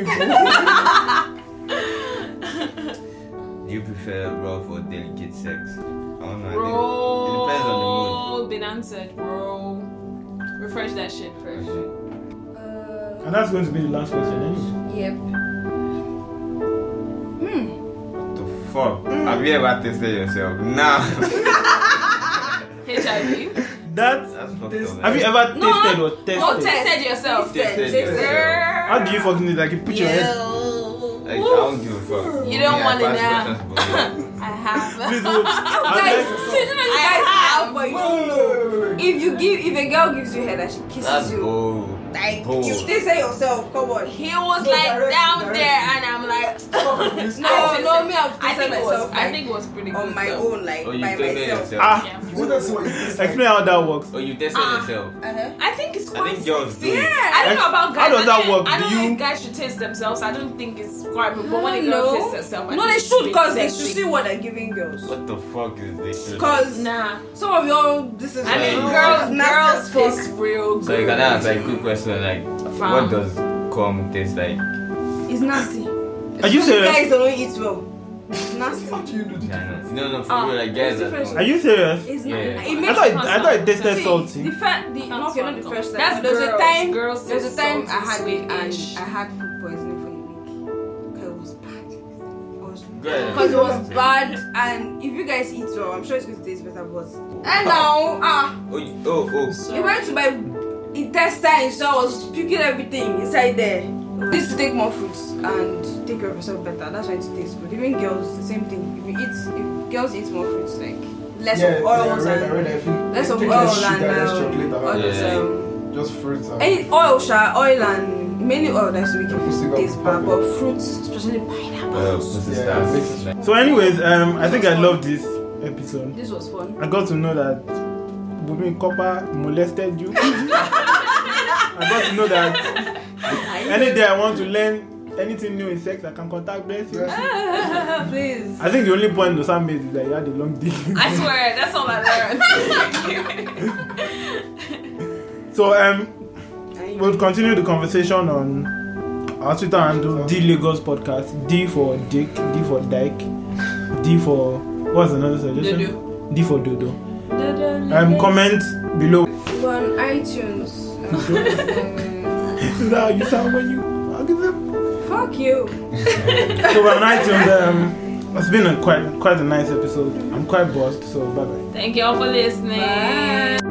[SPEAKER 1] people.
[SPEAKER 5] Do you prefer rough or delicate sex? I don't know. I think It depends on
[SPEAKER 2] Bro, been answered, bro. Refresh that shit
[SPEAKER 5] the
[SPEAKER 2] first.
[SPEAKER 5] mood.
[SPEAKER 4] Uh,
[SPEAKER 1] And that's going to be the last question anyway.
[SPEAKER 4] yep.
[SPEAKER 5] The fuck? Have you ever tested yourself? Nah.
[SPEAKER 2] HIV.
[SPEAKER 1] That
[SPEAKER 5] That's fucked
[SPEAKER 1] this,
[SPEAKER 5] up.
[SPEAKER 1] have you ever
[SPEAKER 2] No,
[SPEAKER 1] tasted or tested?
[SPEAKER 2] Oh, tested yourself.
[SPEAKER 5] Tested yourself.
[SPEAKER 1] How do you fucking do it? Like you put your head.
[SPEAKER 5] Like, I don't give a fuck.
[SPEAKER 2] You don't
[SPEAKER 5] Yeah,
[SPEAKER 2] wanna
[SPEAKER 5] I pass questions,
[SPEAKER 2] know.
[SPEAKER 5] but-
[SPEAKER 2] I have.
[SPEAKER 1] Please don't.
[SPEAKER 4] Guys,
[SPEAKER 1] Unless-
[SPEAKER 4] children, you
[SPEAKER 2] I
[SPEAKER 4] guys
[SPEAKER 2] have.
[SPEAKER 4] have, but you
[SPEAKER 3] No,
[SPEAKER 4] don't
[SPEAKER 3] no,
[SPEAKER 4] know.
[SPEAKER 3] no, no, no, no.
[SPEAKER 4] If you give, if a girl gives you head and she kisses
[SPEAKER 5] That's
[SPEAKER 4] you,
[SPEAKER 5] bold.
[SPEAKER 4] like
[SPEAKER 5] bold.
[SPEAKER 4] you still say yourself, come on.
[SPEAKER 2] He was
[SPEAKER 4] No,
[SPEAKER 2] like
[SPEAKER 4] direct,
[SPEAKER 2] down
[SPEAKER 4] direct.
[SPEAKER 2] there, and I'm like,
[SPEAKER 4] No,
[SPEAKER 2] I
[SPEAKER 4] no, me, I've
[SPEAKER 2] I
[SPEAKER 4] tested
[SPEAKER 2] think it was.
[SPEAKER 4] myself
[SPEAKER 2] I
[SPEAKER 4] like,
[SPEAKER 2] think it was pretty good.
[SPEAKER 4] on my
[SPEAKER 2] though.
[SPEAKER 4] own, like
[SPEAKER 5] Oh, you
[SPEAKER 4] by
[SPEAKER 5] tested
[SPEAKER 4] myself.
[SPEAKER 5] yourself.
[SPEAKER 1] Ah,
[SPEAKER 2] Yeah.
[SPEAKER 3] What else what is this?
[SPEAKER 1] explain how that works.
[SPEAKER 5] Oh, you tested
[SPEAKER 2] Ah.
[SPEAKER 5] yourself.
[SPEAKER 4] Uh-huh.
[SPEAKER 2] I think it's
[SPEAKER 5] I
[SPEAKER 2] quite.
[SPEAKER 5] think girls do.
[SPEAKER 2] sexy.
[SPEAKER 5] it.
[SPEAKER 2] I don't know about guys.
[SPEAKER 1] How does
[SPEAKER 2] I
[SPEAKER 1] that
[SPEAKER 2] think-
[SPEAKER 1] work?
[SPEAKER 2] I don't
[SPEAKER 1] Do
[SPEAKER 2] know
[SPEAKER 1] you-
[SPEAKER 2] if guys should taste themselves. I don't think it's quite. But when a girl
[SPEAKER 4] No,
[SPEAKER 2] tastes herself, I
[SPEAKER 4] no,
[SPEAKER 2] think
[SPEAKER 4] they
[SPEAKER 2] it's
[SPEAKER 4] should
[SPEAKER 2] pretty
[SPEAKER 4] because they should
[SPEAKER 2] sexy.
[SPEAKER 4] see what they're giving girls.
[SPEAKER 5] What the fuck is this shit?
[SPEAKER 4] Because
[SPEAKER 2] Nah.
[SPEAKER 4] some of y'all, this is
[SPEAKER 2] I mean,
[SPEAKER 5] Like-
[SPEAKER 2] girls, girls
[SPEAKER 4] Nasty as
[SPEAKER 2] taste real good.
[SPEAKER 5] So you can ask like quick question like
[SPEAKER 2] Fam.
[SPEAKER 5] what does cum taste like?
[SPEAKER 4] fuck. It's nasty.
[SPEAKER 1] Are you serious?
[SPEAKER 4] Guys don't eat well. It's nasty.
[SPEAKER 3] What do you do?
[SPEAKER 5] China. No no for
[SPEAKER 2] Ah,
[SPEAKER 5] real like
[SPEAKER 4] there's
[SPEAKER 5] guys that
[SPEAKER 4] difference.
[SPEAKER 5] don't-
[SPEAKER 1] Are you serious?
[SPEAKER 4] It's
[SPEAKER 5] Yeah.
[SPEAKER 4] not. It
[SPEAKER 1] I
[SPEAKER 4] makes
[SPEAKER 1] thought it, I thought it tasted
[SPEAKER 4] See,
[SPEAKER 1] salty.
[SPEAKER 4] The first, the
[SPEAKER 2] That's
[SPEAKER 4] okay, not the
[SPEAKER 2] fine.
[SPEAKER 4] first time.
[SPEAKER 2] That's
[SPEAKER 4] there's
[SPEAKER 2] girls.
[SPEAKER 4] a time.
[SPEAKER 2] Girls
[SPEAKER 4] there's
[SPEAKER 2] taste
[SPEAKER 4] a time I
[SPEAKER 2] salty,
[SPEAKER 4] had it
[SPEAKER 2] sweetish.
[SPEAKER 4] and I had food poisoning for a week. 'Cause It was bad.
[SPEAKER 5] Guys-
[SPEAKER 4] Because it was bad, and if you guys eat well, I'm sure it's going to taste better. But and now, ah,
[SPEAKER 5] Oh you- oh oh
[SPEAKER 4] it went to my intestine, so I was puking everything inside there. This to take more fruits and take care of yourself better. That's why it tastes good. Even girls, the same thing. If you eat, if girls eat more fruits, like less
[SPEAKER 3] yeah,
[SPEAKER 4] of oils
[SPEAKER 3] yeah, I read, I
[SPEAKER 4] and
[SPEAKER 3] read, I think-
[SPEAKER 4] less
[SPEAKER 3] I
[SPEAKER 4] of
[SPEAKER 3] think
[SPEAKER 4] oil
[SPEAKER 3] less
[SPEAKER 4] and
[SPEAKER 3] sugar, less
[SPEAKER 4] um,
[SPEAKER 3] chocolate,
[SPEAKER 4] all
[SPEAKER 3] and
[SPEAKER 5] Yeah.
[SPEAKER 4] this, um,
[SPEAKER 3] just fruits. uh, And
[SPEAKER 4] Any oil, sha, oil and mainly oil that's making
[SPEAKER 3] Pussy
[SPEAKER 4] food
[SPEAKER 3] got
[SPEAKER 4] taste bad,
[SPEAKER 3] pepper.
[SPEAKER 4] but fruits, especially pineapple.
[SPEAKER 5] well this is
[SPEAKER 3] Yeah,
[SPEAKER 5] that.
[SPEAKER 3] it makes
[SPEAKER 5] Like,
[SPEAKER 1] So, anyways, um, I think I love this episode.
[SPEAKER 4] This was fun.
[SPEAKER 1] I got to know that Bumi Copper molested you. I got to know that any day I want to learn anything new in sex, I can contact Blessing.
[SPEAKER 4] Please.
[SPEAKER 1] I think the only point Dosan made is that you had a long dick.
[SPEAKER 2] I swear, that's all I learned.
[SPEAKER 1] so, um, We'll continue the conversation on our Twitter handle D Lagos Podcast. D for Dick, D for Dyke, D for what's another suggestion? D for Dodo. Um, comment below.
[SPEAKER 4] On iTunes. Um,
[SPEAKER 1] Is that how you sound when you fuck is it?
[SPEAKER 4] Fuck you.
[SPEAKER 1] So we're on iTunes. Um, it's been a quite quite a nice episode. I'm quite bored, so bye bye.
[SPEAKER 2] Thank you all for listening.
[SPEAKER 4] Bye.